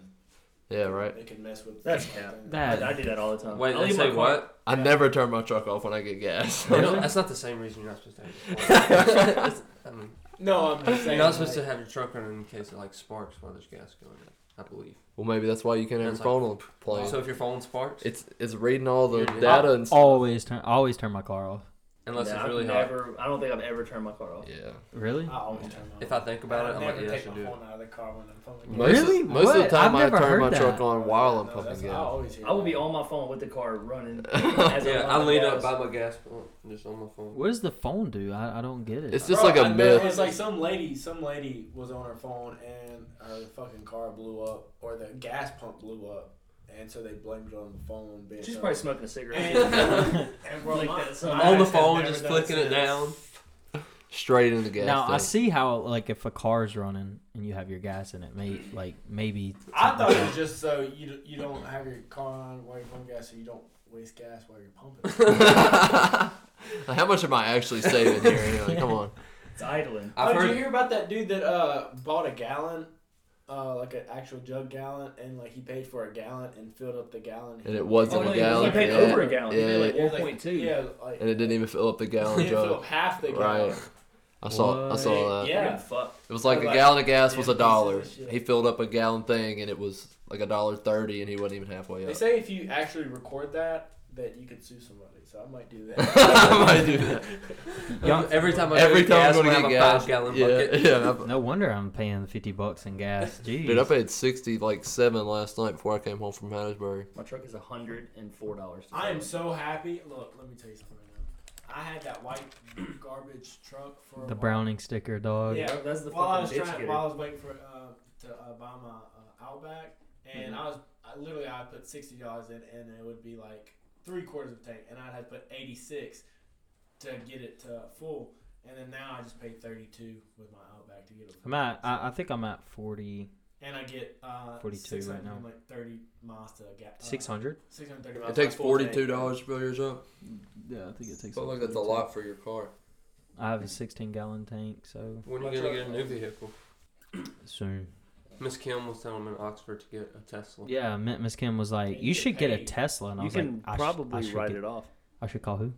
C: yeah, right.
D: It can mess with
B: That's
D: something.
B: cap.
A: That
B: I, I do that all the time.
F: Wait,
B: I
F: they
B: leave my
F: say
B: car-
F: what?
C: I never turn my truck off when I get gas.
F: They don't- That's not the same reason you're not supposed to have your truck. It's- I mean,
D: No, I'm just saying.
F: you're not supposed to
D: like,
F: have your truck running in case it like sparks while there's gas going in. I believe.
C: well, maybe that's why you can't have a
F: That's
C: phone on a plane.
F: So if your phone sparks,
C: It's it's reading all the
F: You're just-
C: data and stuff.
A: always turn I always turn my car off.
F: unless
B: Nah,
F: it's really
B: I've
F: hot.
B: never, I don't think I've ever turned my car off.
C: Yeah.
A: Really?
D: I always turn my
F: If I think about it,
D: I
F: I'm like,
D: never
F: yeah, I
D: take
F: should
D: my
F: do it.
D: phone out of the car when I'm pumping.
C: Most
A: Really?
C: of, most of the
A: What?
C: time
A: I've
C: I
A: never
C: turn
A: heard
C: my
A: that.
C: truck on while I'm
D: No,
C: pumping
D: that's- I
C: gas.
D: always hear
B: I will be
D: that.
B: on my phone with the car running.
F: Yeah, I
B: I'm
F: lean
B: on
F: up
B: the
F: by
B: bus.
F: my gas pump, just on my phone.
A: What does the phone do? I, I don't get it.
C: It's just
D: Bro,
C: like a
D: I know,
C: myth.
D: It's like some lady, some lady was on her phone and her fucking car blew up or the gas pump blew up, and so they blamed it on the phone. Being
B: She's
D: up.
B: probably smoking a cigarette.
D: And, and bro,
B: Like
D: my-
B: that, so
D: my
F: I'm on the
D: ass has
F: phone,
D: never
F: just
D: done
F: flicking it
D: since.
F: down.
C: Straight in the gas.
A: now I
C: tank.
A: see how like if a car's running and you have your gas in it, may like maybe
D: I thought it was just so you d- you don't have your car on while you're pumping gas, so you don't waste gas while you're pumping.
C: How much am I actually saving here? Anyway, come on.
B: It's idling.
D: oh,
F: I've
D: did you
F: heard.
D: hear about that dude that uh bought a gallon? Uh, like an actual jug gallon, and like he paid for a gallon and filled up the gallon.
C: And it wasn't
B: Oh, no,
C: a
B: he
C: gallon.
B: paid
C: yeah,
B: over a gallon. He
C: Yeah,
B: paid like
D: Yeah, like-
B: 1.2.
D: Yeah, like
C: and it didn't even fill up the
D: He
C: gallon
D: didn't fill
C: jug.
D: up half the gallon.
C: Right. I saw. I
A: What?
C: saw that.
D: Yeah.
B: Fuck.
C: It was like a
D: Like,
C: gallon of gas was
D: yeah,
C: a dollar.
D: pieces of shit.
C: He filled up a gallon thing, and it was like a dollar thirty, and he wasn't even halfway
D: They
C: up.
D: say if you actually record that, that you could sue somebody. So I might do that.
C: I might do that.
A: Young-
F: Every time I
C: Every
F: go
C: time I'm
F: gas,
C: going to
F: have
C: get
F: a
C: gas.
F: five gallon
C: yeah,
F: bucket.
C: yeah. I-
A: No wonder I'm paying fifty bucks in gas. Jeez.
C: Dude, I paid sixty like seven last night before I came home from Hattiesburg.
B: My truck is $104.
D: I am so happy. Look, let me tell you something right now. I had that white garbage truck for a
A: the
D: while.
A: Browning sticker dog.
D: Yeah,
B: That's the
D: While I was
B: fucking bitch
D: trying,
B: getter.
D: while I was waiting for uh, to uh, buy my uh, Outback, and
A: Mm-hmm.
D: I was I literally I put sixty dollars in, and it would be like three quarters of a tank, and I'd have to put eighty six to get it to full, and then now I just pay thirty two with my Outback to get it. full.
A: I'm at I, I think I'm at forty
D: and I get uh,
A: 42 right
D: 600
A: now.
D: and, Like thirty miles to a gap.
A: six hundred.
D: Six hundred thirty miles.
C: It
D: to a
C: takes
D: full
C: forty two
D: tank.
C: dollars to fill yours up.
A: Yeah, I think it takes
C: Sounds like that's a lot for your car.
A: I have a sixteen gallon tank, so
F: When are you gonna get a new vehicle?
A: soon.
F: Miss Kim was telling me in Oxford to get a Tesla.
A: Yeah, Mi- Miss Kim was like,
D: Yeah, you
A: "You
D: get
A: should get a
D: paid.
A: Tesla," and I
B: You
A: was
B: can
A: like, I sh-
B: probably
A: I should
B: write
A: get-
B: it off.
A: I should call who?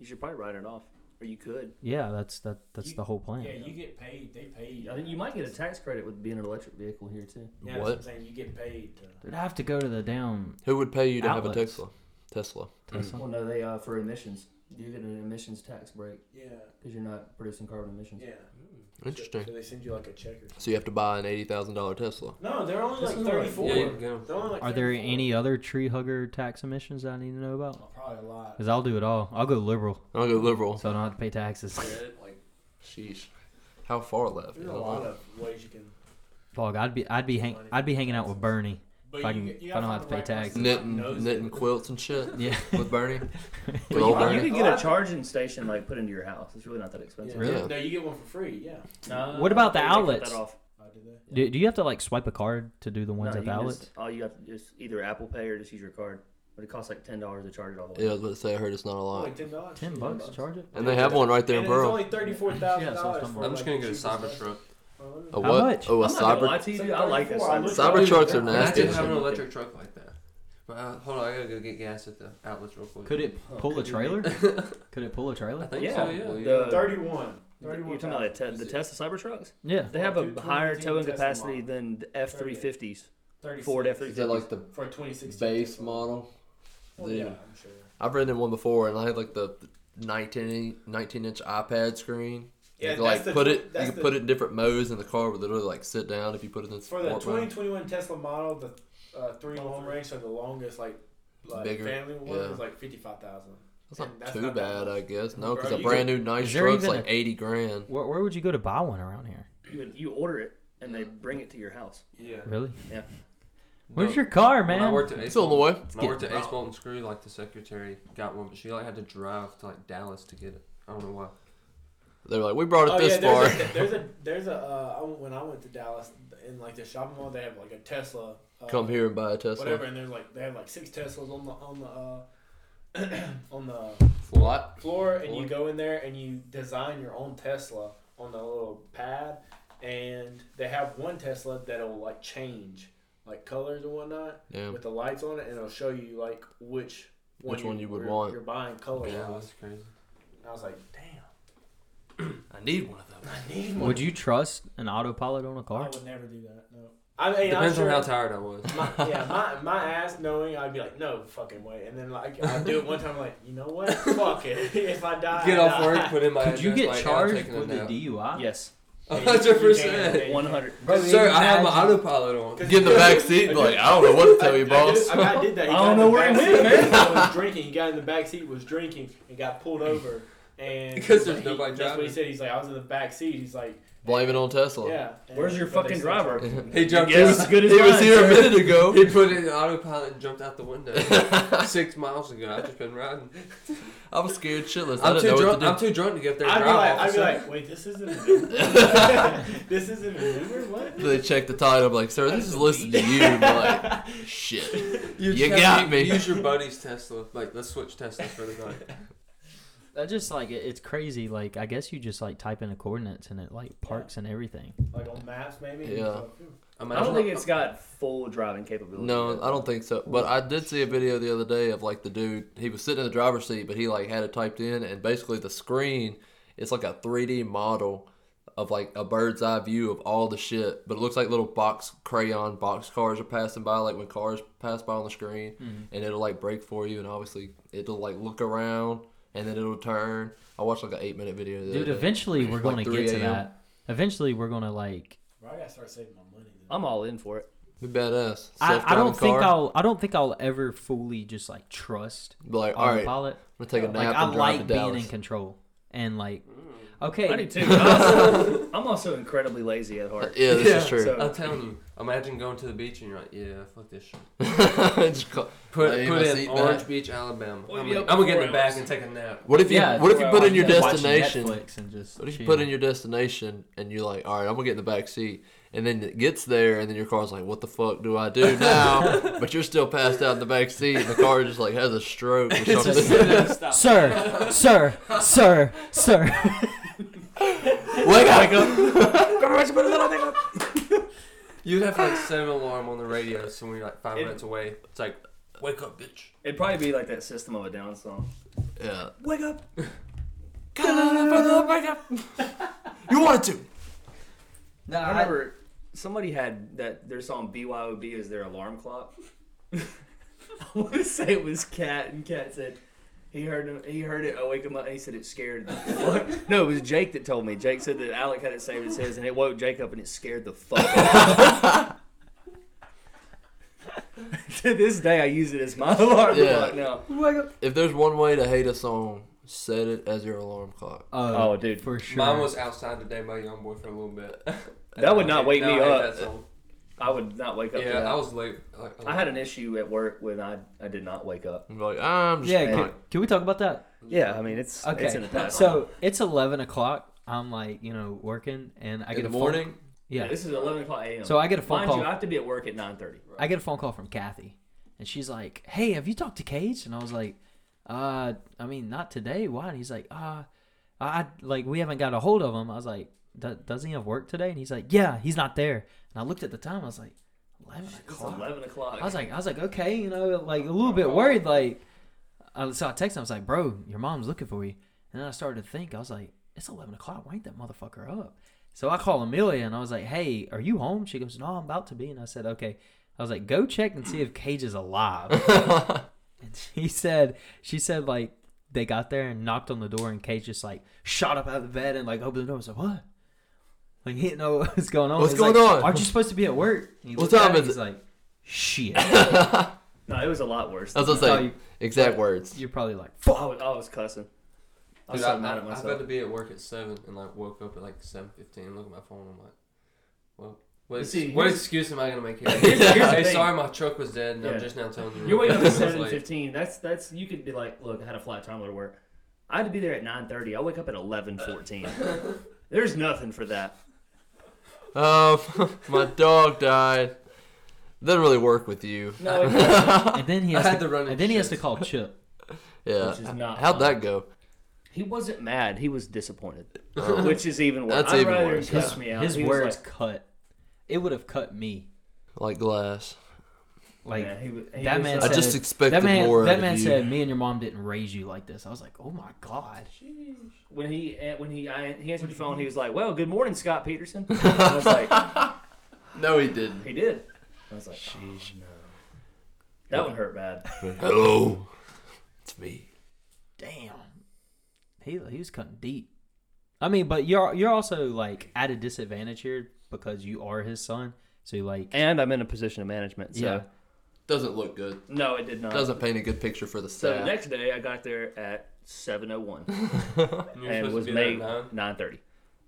B: You should probably write it off. Or you could.
A: Yeah, that's that. That's
D: You-
A: the whole plan.
D: Yeah, you get paid. They pay.
B: I think you might get a tax credit with being an electric vehicle here, too.
D: Yeah, that's what?
C: What?
D: I'm saying. You get paid. To,
A: Dude, I have to go to the damn
C: Who would pay you to have a
A: Outlets.
C: Tesla? Tesla.
A: Tesla.
B: Well, no, they, uh, for emissions, you get an emissions tax break
D: yeah,
B: because you're not producing carbon emissions.
D: yeah.
C: Interesting.
D: So, so they send you like a check or something.
C: So you have to buy an eighty thousand dollar Tesla.
D: No, they're only
B: This
D: like
B: is like-
D: thirty four.
F: Yeah, you can get 'em.
D: They're only like
A: Are there
D: 34.
A: any other tree hugger tax emissions that I need to know about?
D: Oh, Probably a lot.
A: Because I'll do it all. I'll go liberal,
C: I'm gonna go liberal.
A: so I don't have to pay taxes.
C: Sheesh. How far left?
D: There's a lot of ways you can.
A: Dog, I'd be, I'd be, hang, I'd be hanging out with Bernie.
D: But
A: If I can-
D: you, you
A: if I
D: gotta
A: don't
D: find
A: have to
D: the
A: pay
D: right person
A: taxes.
D: that
C: knitting,
D: knows it.
C: knitting quilts and shit
A: Yeah,
C: with Bernie. With
B: But
C: old
B: you, you
C: Bernie.
B: could get a charging station like put into your house. It's really not that
D: Yeah.
B: expensive.
A: Really?
D: No, you get one for free. Yeah.
B: Uh,
A: What about the
B: they cut
A: outlets?
B: that off.
D: I do that.
A: do, do you have to like swipe a card to do the ones
B: No,
A: at
B: you
A: the
B: can
A: outlets?
B: just- all you have to do is either Apple Pay or just use your card. But it costs like ten dollars to charge it all the way.
C: Yeah, I was about to say I heard it's not a
D: Oh,
C: lot.
D: like ten dollars.
A: Ten bucks to charge it.
C: And they have one right there in
D: And it's
C: Pearl.
D: only thirty four thousand dollars.
A: I'm
F: I'm just gonna get a Cybertruck.
C: A
D: Uh,
A: How
C: what?
A: much?
C: Oh, a
B: I'm not gonna lie
C: cyber.
B: to you, dude. I like this.
D: I
B: Cyber-
D: looked
C: Cyber
D: up-
C: trucks are
D: Yeah.
C: nasty.
F: Imagine
C: as
F: having an
C: shit.
F: electric truck like that. But uh, hold on, I gotta go get gas at the outlets real quick.
A: Could it pull a trailer? Could it pull a
F: I
A: trailer?
F: think
B: Yeah.
F: so. Yeah.
B: The-
D: Thirty one.
B: You're
D: Thirty one.
B: talking about the, te- the Tesla Cybertrucks?
A: Yeah.
B: They have
D: Well,
B: a
D: two
B: higher
D: 2018
B: towing
D: Tesla
B: capacity
D: model.
B: than the F three fifties.
D: Thirty
B: Ford F three
C: Is that
B: fifties.
C: like the
D: for twenty sixteen
C: base model?
D: Well, yeah,
C: Dude.
D: I'm sure.
C: I've ridden one before, and I had like the 19, 19 inch iPad screen.
D: Yeah,
C: you could
D: that's
C: like
D: the
C: put
D: tw-
C: it. You
D: that's
C: could
D: the-
C: put it in different modes, and the car would literally like sit down if you put it in
D: For the
C: sport mode.
D: 2021 Tesla model, the uh, three home range, so the longest like, like
C: Bigger,
D: family one
C: yeah.
D: is like 55,000.
C: That's
D: And
C: not
D: that's
C: too
D: not that
C: bad, I guess. No, because
D: Bro,
C: a
D: you
C: brand new nice
A: Is there
C: truck's
A: even
C: like
A: a-
C: eighty grand.
A: Where, where would you go to buy one around here?
B: You would- you order it and they bring it to your house.
D: Yeah.
A: Really?
B: Yeah.
A: Where's
F: No,
A: your car,
F: When I
A: man?
F: worked at Ace
C: It's on the
F: Bolt-
C: way.
F: When I worked at
A: getting
F: Ace Bolt and Screw, like the secretary got one, but she like had to drive to like Dallas to get it. I don't know why.
C: They're like, we brought it
D: Oh,
C: this
D: yeah, there's
C: far.
D: A, there's a there's a uh, I went- when I went to Dallas in like the shopping mall they have like a Tesla. Uh,
C: Come here and buy a Tesla.
D: Whatever, and there's like they have like six Teslas on the on the uh, on the
F: What?
D: floor, and
F: Floor.
D: you go in there and you design your own Tesla on the little pad, and they have one Tesla that'll like change like colors and whatnot
C: Yeah.
D: with the lights on it, and it'll show you like which one
C: Which one you would
D: you're-
C: want.
D: You're buying colors.
F: Yeah,
D: on.
F: that's crazy.
D: And I was like, damn,
C: I need one of those.
D: I need one.
A: Would you trust an autopilot on a
D: I
A: car?
D: would never do that. No. I mean, I'm
F: Depends
D: sure,
F: on how tired I was.
D: my, yeah, my, my ass knowing, I'd be like, no fucking way. And then like I do it one time, like you know what? Fuck it. If I die,
F: Get
D: I
F: off
D: die.
F: work, put in my
A: Could you
F: address,
A: get
F: like, yeah, I'm
A: charged
F: taking a
A: with a
F: nap.
A: DUI?
B: Yes,
F: A hundred percent.
D: Yeah.
B: one hundred.
F: Sir, I have my autopilot on.
C: Get in the back seat. Like, I don't know what to tell you,
D: I,
C: boss.
D: did, I, mean, I did that. He
E: I
D: got
E: don't
D: in
E: know
D: the
E: where he
D: back
E: went,
D: seat,
E: man.
D: so was drinking. He got in the back seat, was drinking, and got pulled over. And
F: Because there's
D: he-
F: nobody
D: That's what he
F: driving.
D: said. He's like, I was in the back seat. He's like,
C: Blame it on Tesla.
D: yeah. And-
E: Where's your
D: but they
E: fucking
D: said-
E: driver?
F: He jumped
C: Yeah.
F: out.
E: As good as
C: He was
E: mine,
C: here a
E: sir.
C: minute ago.
F: He put it in autopilot and jumped out the window. Six miles ago, I've just been riding.
C: I was scared shitless. I
F: I'm
C: didn't
F: too
C: know
F: drunk. I'm
C: what to
F: too drunk to get there.
D: I'd be
F: and drive
D: like, I'd be
F: officer.
D: like, wait, this isn't an Uber. this isn't an Uber. What?
C: do. They checked the title. I'm like, sir, this is listed to you. And I'm like, shit. You
F: just have
C: got
F: to
C: me.
F: Use your buddy's Tesla. Like, let's switch Teslas for the night.
A: I just like it- it's crazy. Like I guess you just like type in the coordinates and it like parks and everything.
D: Like on maps, maybe.
C: Yeah.
F: Imagine
E: I don't think
F: how-
E: it's got.
B: Full driving capability.
C: No, I don't think so. But I did see a video the other day of like the dude. He was sitting in the driver's seat, but he like had it typed in, and basically the screen it's like a 3D model of like a bird's eye view of all the shit. But it looks like little box crayon box cars are passing by, like when cars pass by on the screen, and it'll like break for you, and obviously it'll like look around, and then it'll turn. I watched like an eight minute video. The
A: Dude,
C: other day.
A: eventually we're gonna
C: Like
A: get
C: 3
A: to
C: a.m..
A: that. Eventually we're gonna like.
D: Bro, I gotta start saving my money. then.
B: I'm all in for it.
C: Be badass.
A: I, I don't
C: Self-driving
A: think
C: car.
A: I'll. I don't think I'll ever fully just like trust
C: Be like, all right, I'm
A: autopilot.
C: gonna take a nap
A: Like I
C: and drive
A: like
C: to
A: being
C: Dallas.
A: in control and like. Okay.
B: I do too. I'm also, I'm also incredibly lazy at heart.
C: yeah, this
F: Yeah,
C: is true.
B: so-
F: I'm telling you. Imagine going to the beach and you're like, yeah, fuck this shit.
C: Just call-
F: Put,
C: Lay
F: put
C: my
F: in
C: seat
F: Orange
C: back.
F: Beach, Alabama.
E: Well,
F: I'm,
E: yeah,
F: gonna, I'm gonna get in the
E: before
F: back
E: hours.
F: and take a nap.
C: What if you
A: Yeah,
C: What if you
A: well,
C: put in your
A: yeah, watching
C: destination? What
A: Netflix and just
C: if you
A: chill.
C: put in your destination and you're like, all right, I'm gonna get in the back seat, and then it gets there, and then your car's like, what the fuck do I do now? but you're still passed out in the back seat, and the car just like has a stroke or something.
A: sir, sir, sir, sir.
C: Wake up!
F: You'd have like set an alarm on the radio, so when you're like five minutes away, it's like, wake up, bitch.
B: It'd probably be like that System of a Down song.
C: Yeah.
B: Wake up!
C: You wanted to.
B: No, I remember somebody had that their song BYOB as their alarm clock. I want to say it was Cat, and Cat said he heard him, he heard it. I wake him up, and he said it scared the fuck. no, it was Jake that told me. Jake said that Alec had it saved as his, and it woke Jake up, and it scared the fuck. out of him. to this day, I use it as my alarm
C: Yeah.
B: clock now.
C: If there's one way to hate a song, set it as your alarm clock.
A: Oh,
B: dude,
A: for sure.
F: Mine was outside today by Young Boy for a little bit.
B: That would not wake
F: Now
B: me
F: I hate
B: up.
F: that song.
B: I would not wake up. to
F: Yeah,
B: that.
F: I was late. Like,
B: I had an issue at work when I, I did not wake up.
C: I'm like, "Ah, I'm just
A: yeah,
C: not-
A: can, can we talk about that?
B: Yeah, I mean it's
A: Okay.
B: it's in the past.
A: So it's eleven o'clock. I'm like, you know, working, and I
C: in
A: get
C: the
A: a phone-
C: morning.
A: yeah.
B: this is 11 o'clock a.m.
A: So I get a phone
B: Mind
A: call.
B: you, I have to be at work at 9:30.
A: I get a phone call from Kathy, and she's like, "Hey, have you talked to Cage?" And I was like, "Uh, I mean, not today. Why?" And he's like, "Uh, I like we haven't got a hold of him." I was like, "Do- "Does he have work today?" And he's like, "Yeah, he's not there." And I looked at the time. I was like, "11
B: It's
A: o'clock."
B: 11 o'clock.
A: I was like, I was like, okay, you know, like a little bit worried. Like, I, so I texted him. I was like, bro, your mom's looking for you. And then I started to think. I was like, it's eleven o'clock. Why ain't that motherfucker up? So I call Amelia and I was like, hey, are you home? She goes, no, I'm about to be. And I said, okay. I was like, go check and see if Cage is alive. and she said, she said like they got there and knocked on the door and Cage just like shot up out of the bed and like opened the door. I was like, what? Like he didn't know what was going on.
C: What's
A: He's
C: going
A: like,
C: on?
A: Aren't you supposed to be at work? And he
C: What
A: looked at
C: time
A: it,
C: is
A: He's
C: it?
A: like, shit.
E: No, it was a lot worse.
C: I was gonna
A: Oh,
C: say
A: you,
C: exact words.
A: you're probably like,
E: Fuck, I was, I was cussing. I was
F: Dude,
E: so
F: I,
E: mad
F: I,
E: at
F: I
E: myself.
F: had to be at work at seven and like woke up at like seven fifteen. Look at my phone. I'm like, well, what,
E: You
F: ex-
E: see,
F: what
E: here's-
F: excuse am I gonna make here?
E: Here's- here's the
F: hey,
E: thing.
F: sorry, my truck was dead, and
E: Yeah.
F: I'm just now telling you.
E: You're waking up at
F: It's
E: seven
F: like-
E: fifteen. That's that's you could be like, look, I had a flat time to work. I had to be there at nine thirty. I wake up at eleven fourteen. There's nothing for that.
C: Uh, my dog died. Doesn't really work with you.
B: No, it
A: and then he
F: I
A: has
F: had
A: to,
F: to run.
A: and then he has to
F: shifts.
A: call Chip.
C: Yeah.
E: Which is not
C: How'd
E: fun.
C: that go?
E: He wasn't mad. He was disappointed,
C: Oh.
E: which is even worse.
C: That's
E: I'd
C: even
E: rather
C: worse,
E: He cussed me out.
A: His
E: He was
A: words
E: like-
A: cut. It would have cut me.
C: Like glass.
A: Like
E: yeah, he, was- he
A: that
E: was
A: man
E: like-
C: I just
A: said-
C: expected
A: that man.
C: more. out
A: that
C: of
A: man
C: you.
A: said, "Me and your mom didn't raise you like this." I was like, "Oh my god."
E: when he eh, when he I, he answered the phone, he was like, "Well, good morning, Scott Peterson." And I was like,
C: "No, he didn't."
E: he did. I was like, "Jeez, no." That one hurt bad.
C: Hello, it's me.
A: Damn. He he was cutting deep. I mean, but you're you're also like at a disadvantage here because you are his son. So you like
E: And I'm in a position of management, so
A: yeah.
C: Doesn't look good.
E: no, it did not.
C: Doesn't paint a good picture for the
E: So the
C: staff.
E: next day, I got there at seven oh one
F: And you're
E: and
F: supposed
E: was
F: to be there at
E: made
F: nine.
E: nine thirty.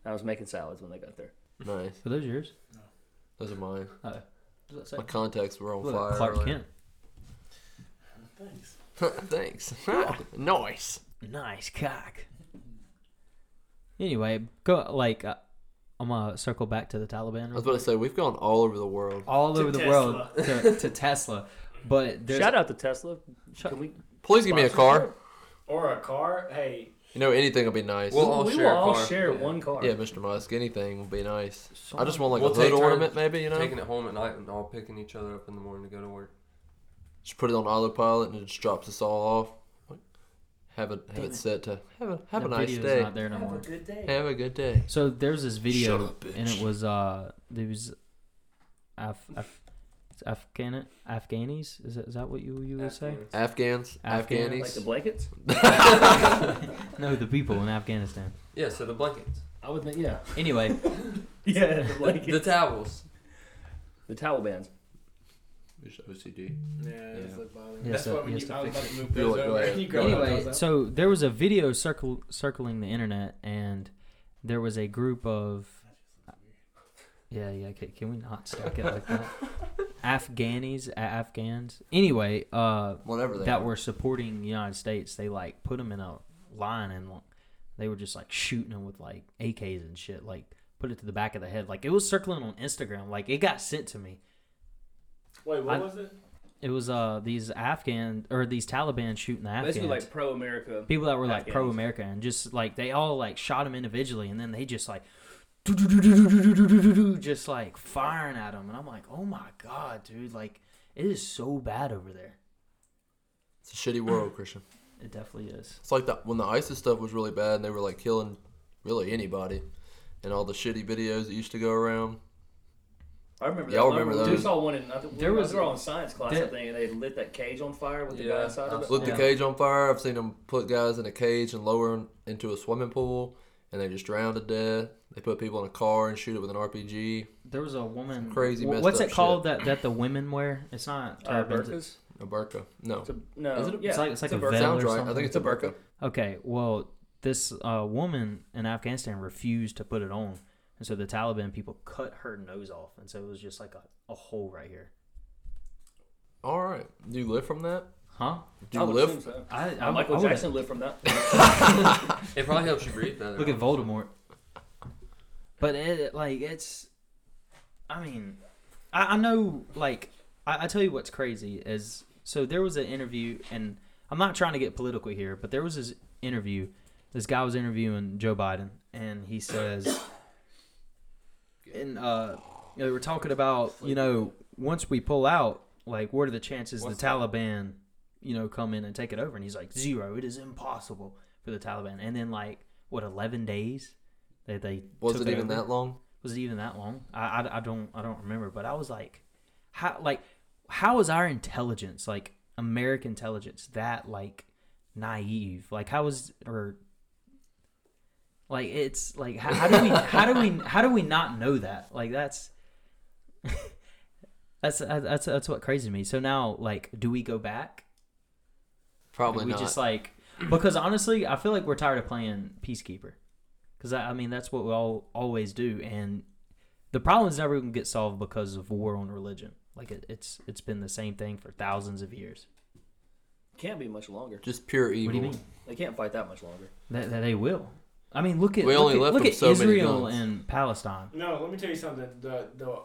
E: I was making salads when they got there.
C: nice.
A: Are those yours?
C: Those are mine.
A: Does that say?
C: My contacts were on
A: Look,
C: fire.
A: Clark
C: earlier.
A: Kent.
D: Thanks.
C: Thanks.
E: Ah,
C: nice.
A: Nice cock. Anyway, go like uh, I'm gonna circle back to the Taliban.
C: I
A: real
C: was about to say we've gone all over the world.
A: all
D: To
A: over the world to, to Tesla. But there's
E: Shout out to Tesla. Can we
C: Please give me a car.
D: Or a car. Hey,
C: You know anything will be nice.
F: We'll all
E: we will
F: share a
E: all
F: car.
E: share
F: Yeah.
E: one car.
C: yeah, Mr. Musk, anything will be nice.
A: So
C: I just want like
F: We'll
C: a hood
F: take turns
C: ornament, maybe you know.
F: Taking it home at night and all picking each other up in the morning to go to work.
C: Just put it on autopilot and it just drops us all off. Have it, have
A: Damn
C: it
A: it.
C: set to have a have
A: that
C: a nice
A: video's
C: day.
A: not there no more.
B: good day.
C: Have a good day.
A: So there's this
C: Shut
A: video,
C: up,
A: and it
C: bitch.
A: was uh, there was, Af, Af, it's Afghan Afghanis. Is that, is that what you you would say?
F: Afterwards.
C: Afghans,
A: Afghan-
E: Like the
C: Afghanis.
E: blankets?
A: No, the people in Afghanistan.
F: Yeah, so the blankets,
E: I would think, yeah.
A: Anyway,
E: Yeah, the
F: the, the
E: blankets.
F: towels.
E: the Taliban.
F: Just OCD.
D: Yeah,
F: Yeah.
D: it's like bothering.
A: Yeah,
D: That's
A: so
D: why when
A: he
D: you,
A: has to
D: I was
A: fix
D: about to
A: it.
D: move
C: You're like,
D: those over.
C: go
D: and
C: ahead.
D: you
C: Go
D: grabbed
A: anyway,
D: those out.
A: so there was a video circle circling the internet, and there was a group of, yeah, yeah. Can, can we not stack it like that? Afghanis, A- Afghans. Anyway, uh,
C: Whatever they
A: that
C: are.
A: were supporting the United States, they like put them in a line and like, they were just like shooting them with like AKs and shit. Like put it to the back of the head. Like it was circling on Instagram. Like it got sent to me.
D: wait, what
A: I-
D: was it?
A: It was uh these Afghan or these Taliban shooting the Afghans.
E: Basically, like pro America.
A: People that were like
E: Afghans.
A: pro America and just like they all like shot them individually and then they just like do-do-do-do-do-do-do-do-do-do, just like firing at them and I'm like oh my god dude like it is so bad over there
C: It's a shitty world, Christian.
A: it definitely is
C: It's like that when the ISIS stuff was really bad and they were like killing really anybody, and all the shitty videos that used to go around.
E: I remember
C: Y'all
E: that.
C: remember
E: We
C: those?
E: saw one in, I think,
A: There
E: there was,
A: was-
E: we were all in science class, I
A: there-
E: think, and they lit that cage on fire with the
F: Yeah,
E: guy inside of
F: I
E: it.
C: Lit
A: Yeah.
C: the cage on fire. I've seen them put guys in a cage and lower them into a swimming pool, and they just drown to death. They put people in a car and shoot it with an RPG.
A: There was a woman.
C: crazy
A: wh-
C: messed
A: What's
C: up
A: it called that that the women wear? It's not
E: Uh,
A: turbans. it's,
E: burkas?
C: A burqa. No,
E: It's a, no.
C: Is it a-
E: yeah,
A: it's like it's like a,
E: burqa.
A: veil
C: sounds
A: or
C: right. I
A: something.
C: think it's a burqa.
A: Okay, well, this uh, woman in Afghanistan refused to put it on, and so the Taliban people cut her nose off, and so it was just like a, a hole right here.
C: All right. Do you live from that?
A: Huh?
C: Do
E: I
C: you
E: would
C: live?
E: assume so.
A: I, I,
E: Uh, Michael
A: I would've-
E: Jackson lived from that.
F: It probably helps you breathe better.
A: Look at Voldemort. But it like it's, I mean, I, I know like I, I tell you what's crazy is so there was an interview and I'm not trying to get political here, but there was this interview. This guy was interviewing Joe Biden, and he says, and uh, you know, they were talking about you know once we pull out, like what are the chances
F: What's
A: the Taliban, you know, come in and take it over? And he's like, zero. It is impossible for the Taliban. And then like what, eleven days? They they
C: Was
A: took
C: it even
A: over?
C: that long?
A: was it even that long? I, I, I don't I don't remember, but I was like, how like how is our intelligence like American intelligence that like naive? Like how is or like it's like how, how do we how do we how do we not know that? Like that's That's that's that's what crazy me. So now, like, do we go back?
C: Probably
A: we
C: not.
A: just like because honestly, I feel like we're tired of playing peacekeeper. Because I, I mean, that's what we all always do, and the problem's never going to get solved because of war on religion. Like it, it's it's been the same thing for thousands of years.
E: Can't be much longer.
C: just pure evil.
A: What do you mean?
E: They can't fight that much longer.
A: That, that they will. I mean, look at
C: We
A: look
C: only
A: at,
C: left
A: look
C: them
A: at
C: so many
A: Israel
C: guns.
A: and Palestine.
D: No, let me tell you something. The the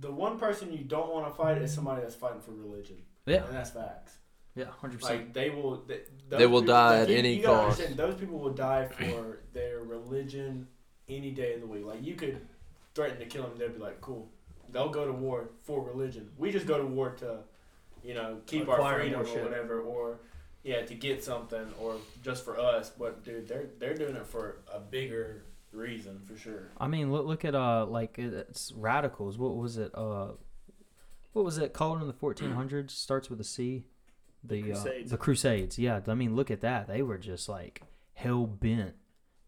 D: the one person you don't want to fight is somebody that's fighting for religion,
A: Yeah,
D: and that's facts.
A: yeah, hundred percent.
D: Like they will, they, those
C: They will
D: people-
C: die
D: like,
C: at
D: you-
C: any
D: you gotta
C: cost.
D: understand, Those people will die for their religion any day of the week. Like you could threaten to kill them, they'd be like, "Cool." They'll go to war for religion. We just go to war to, you know, keep our
E: Acquire
D: freedom
E: more
D: or
E: shit.
D: whatever, or yeah, to get something, or just for us. But dude, they're they're doing it for a bigger reason for sure.
A: I mean, look look at uh like it- it's radicals. What was it? Uh, what was it called in the fourteen hundreds? Starts with a C. The uh,
E: Crusades.
A: the Crusades. Yeah, I mean, look at that. They were just like hell bent,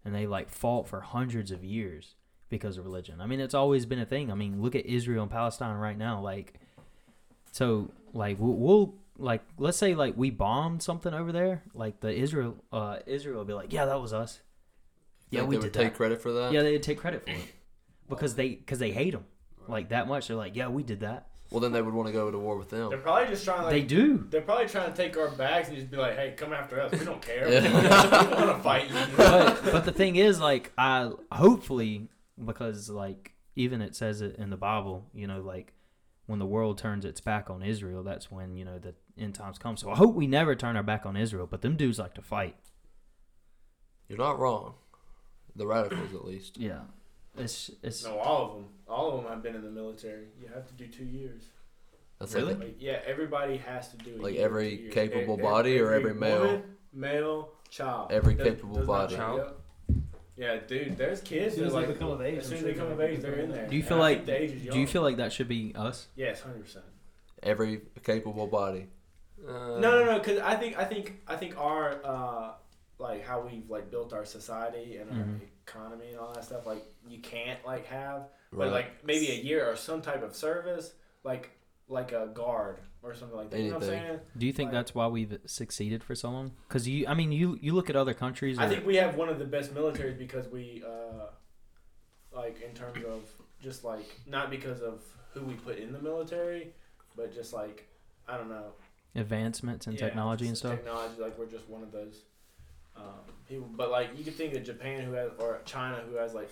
A: and they like fought for hundreds of years because of religion. I mean, it's always been a thing. I mean, look at Israel and Palestine right now. Like, so like we'll, we'll like let's say like we bombed something over there. Like the Israel uh Israel will be like, yeah, that was us. Yeah,
C: Think
A: we
C: they
A: did
C: would
A: that.
C: take credit for that.
A: Yeah, they'd take credit for it because they because they hate them like that much. They're like, yeah, we did that.
C: Well, then they would want to go to war with
D: They're
C: them.
D: probably just trying to like,
A: They do.
D: They're probably trying to take our bags and just be like, "Hey, come after us. We don't care.
C: Yeah.
D: we don't want to fight you."
A: But but the thing is, like, I hopefully because like even it says it in the Bible, you know, like when the world turns its back on Israel, that's when you know the end times come. So I hope we never turn our back on Israel. But them dudes like to fight.
C: You're not wrong. The radicals, at least.
A: Yeah, it's it's
D: No, all of them. All of them have been in the military. You have to do two years.
C: That's
A: Really?
C: Like,
D: Like, yeah, everybody has to do it.
C: Like every capable body or every male?
D: male, child.
C: Every
D: Does-
C: capable
D: does not-
C: body.
D: Yep. Yeah, dude. There's kids.
B: As soon
D: that,
B: as they
D: like,
B: become of age,
D: as
B: I'm
D: soon as
B: sure
D: they come of
B: they're
D: age, they're in there.
A: Do you
D: And
A: feel
D: I
A: like-
D: think the age is
A: Do you
D: young.
A: feel like that should be us?
D: Yes, hundred percent.
C: every capable body.
F: Uh,
D: No, no, no. Because I think, I think, I think our uh, like how we've like built our society and our
A: Mhm.
C: Mm-hmm.
D: economy and all that stuff. Like you can't like have.
C: Right.
D: but like maybe a year or some type of service, like like a guard or something like that. You know what I'm
C: Anything.
D: saying?
A: Do you think
D: Like-
A: that's why we've succeeded for so long? Because you, I mean, you you look at other countries.
D: I
A: or-
D: think we have one of the best militaries because we, uh, like, in terms of just like not because of who we put in the military, but just like I don't know
A: advancements in
D: Yeah,
A: technology and
D: just
A: stuff.
D: Technology, like we're just one of those um, people. But like you could think of Japan who has or China who has like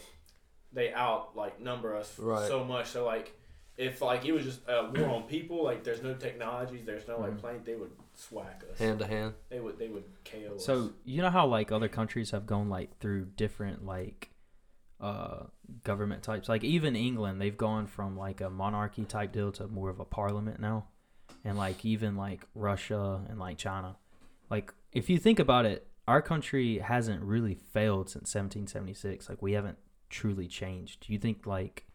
D: they out like number us
C: Right.
D: so much. So like if like it was just a war on people, like there's no technologies, there's no like
A: Mhm.
D: plane, they would swack us.
C: hand to hand.
D: They would they would KO us.
A: So you know how like other countries have gone like through different like uh government types. Like even England, they've gone from like a monarchy type deal to more of a parliament now. And like even like Russia and like China. Like if you think about it, our country hasn't really failed since 1776. Like we haven't truly changed. Do you think like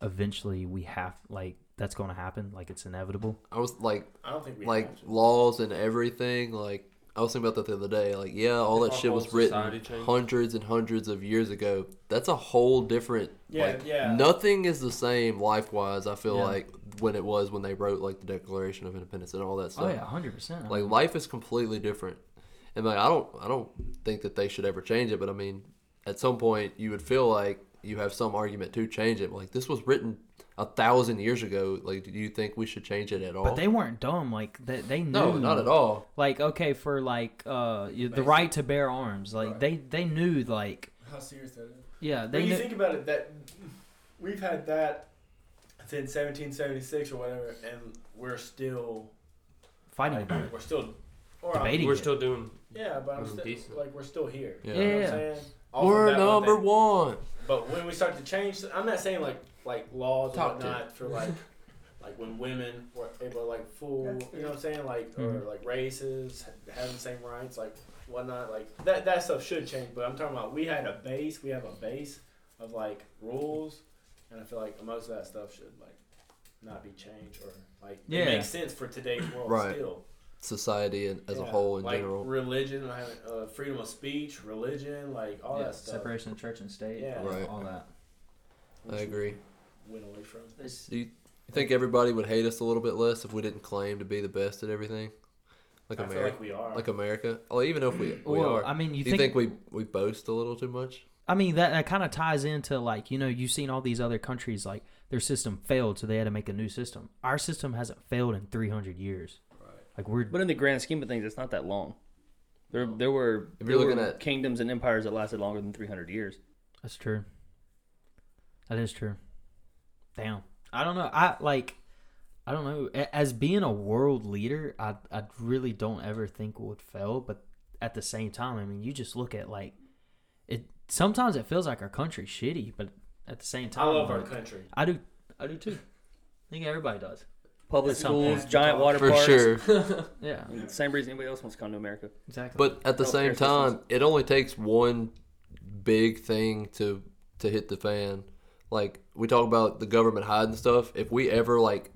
A: eventually we have like that's going to happen? Like it's inevitable?
C: I was like,
D: I don't think we
C: like
D: have to.
C: laws and everything. Like I was thinking about that the other day. Like, yeah, all that
F: Our
C: shit
F: whole
C: was written
F: society changed.
C: hundreds and hundreds of years ago. That's a whole different.
D: Yeah,
C: like,
D: yeah.
C: Nothing is the same life wise. I feel
A: Yeah.
C: like when it was when they wrote like the Declaration of Independence and all that stuff.
A: oh yeah, 100%.
C: Like life is completely different, and like I don't I don't think that they should ever change it. But I mean, at some point you would feel like you have some argument to change it. Like this was written a thousand years ago. Like, do you think we should change it at all?
A: But they weren't dumb. Like they, they knew.
C: no, not at all.
A: Like okay, for like uh you- the right to bear arms. Like
D: Right.
A: they they knew. Like
D: How serious that is.
A: yeah,
D: When
A: they
D: you
A: knew.
D: think about it, that we've had that since 1776 or whatever, and we're still
A: fighting
D: like,
A: about it.
D: we're still or
A: Debating.
F: We're still doing.
D: Yeah, but I'm
F: Wasn't
D: still,
F: decent.
D: like we're still here.
C: Yeah.
D: You know what
A: Yeah.
D: I'm saying? Off of
C: We're
D: that one
C: number
D: thing.
C: one.
D: But when we start to change, I'm not saying like like laws or
C: Top tier.
D: whatnot for like like when women were able to like full, you know what I'm saying? Like
A: Mhm.
F: Mm-hmm.
D: or like races ha- having the same rights, like whatnot. Like that that stuff should change. But I'm talking about we had a base, we have a base of like rules, and I feel like most of that stuff should like not be changed or like
A: Yeah.
D: it makes sense for today's world
C: Right.
D: still
C: Society and, as a
D: Yeah,
C: whole in
D: like
C: general.
D: Religion, uh, uh, freedom of speech, religion, like all that stuff.
A: separation of church and state.
D: Yeah.
C: Right.
A: all that.
C: I agree.
D: Went away from.
A: It's,
C: Do you, You think everybody would hate us a little bit less if we didn't claim to be the best at everything? Like
D: I feel
C: America,
D: like we are.
C: like, America. Well, even if we, we
A: Well,
C: are,
A: I mean, you
C: do you
A: think-
C: think we we boast a little too much?
A: I mean that, that kind of ties into like you know you've seen all these other countries like their system failed so they had to make a new system. Our system hasn't failed in 300 years. Like we're
E: But in the grand scheme of things, it's not that long. There, there were,
C: If
E: there
C: you're
E: were
C: looking at-
E: kingdoms and empires that lasted longer than 300 years.
A: that's true. That is true. Damn. I don't know. I like I don't know. A- As being a world leader, I I really don't ever think would fail, but at the same time, I mean, you just look at like it sometimes it feels like our country's shitty, but at the same
D: I
A: time
D: love our
A: like,
D: country.
A: I do. I do too. I think everybody does.
E: Public
A: That's something.
E: schools, giant water
C: For
E: parks.
C: sure.
A: Yeah,
E: Same reason anybody else wants to come to America.
A: exactly.
C: But at the
E: Healthcare
C: same time, it only takes one big thing to to hit the fan. Like we talk about the government hiding stuff. If we ever like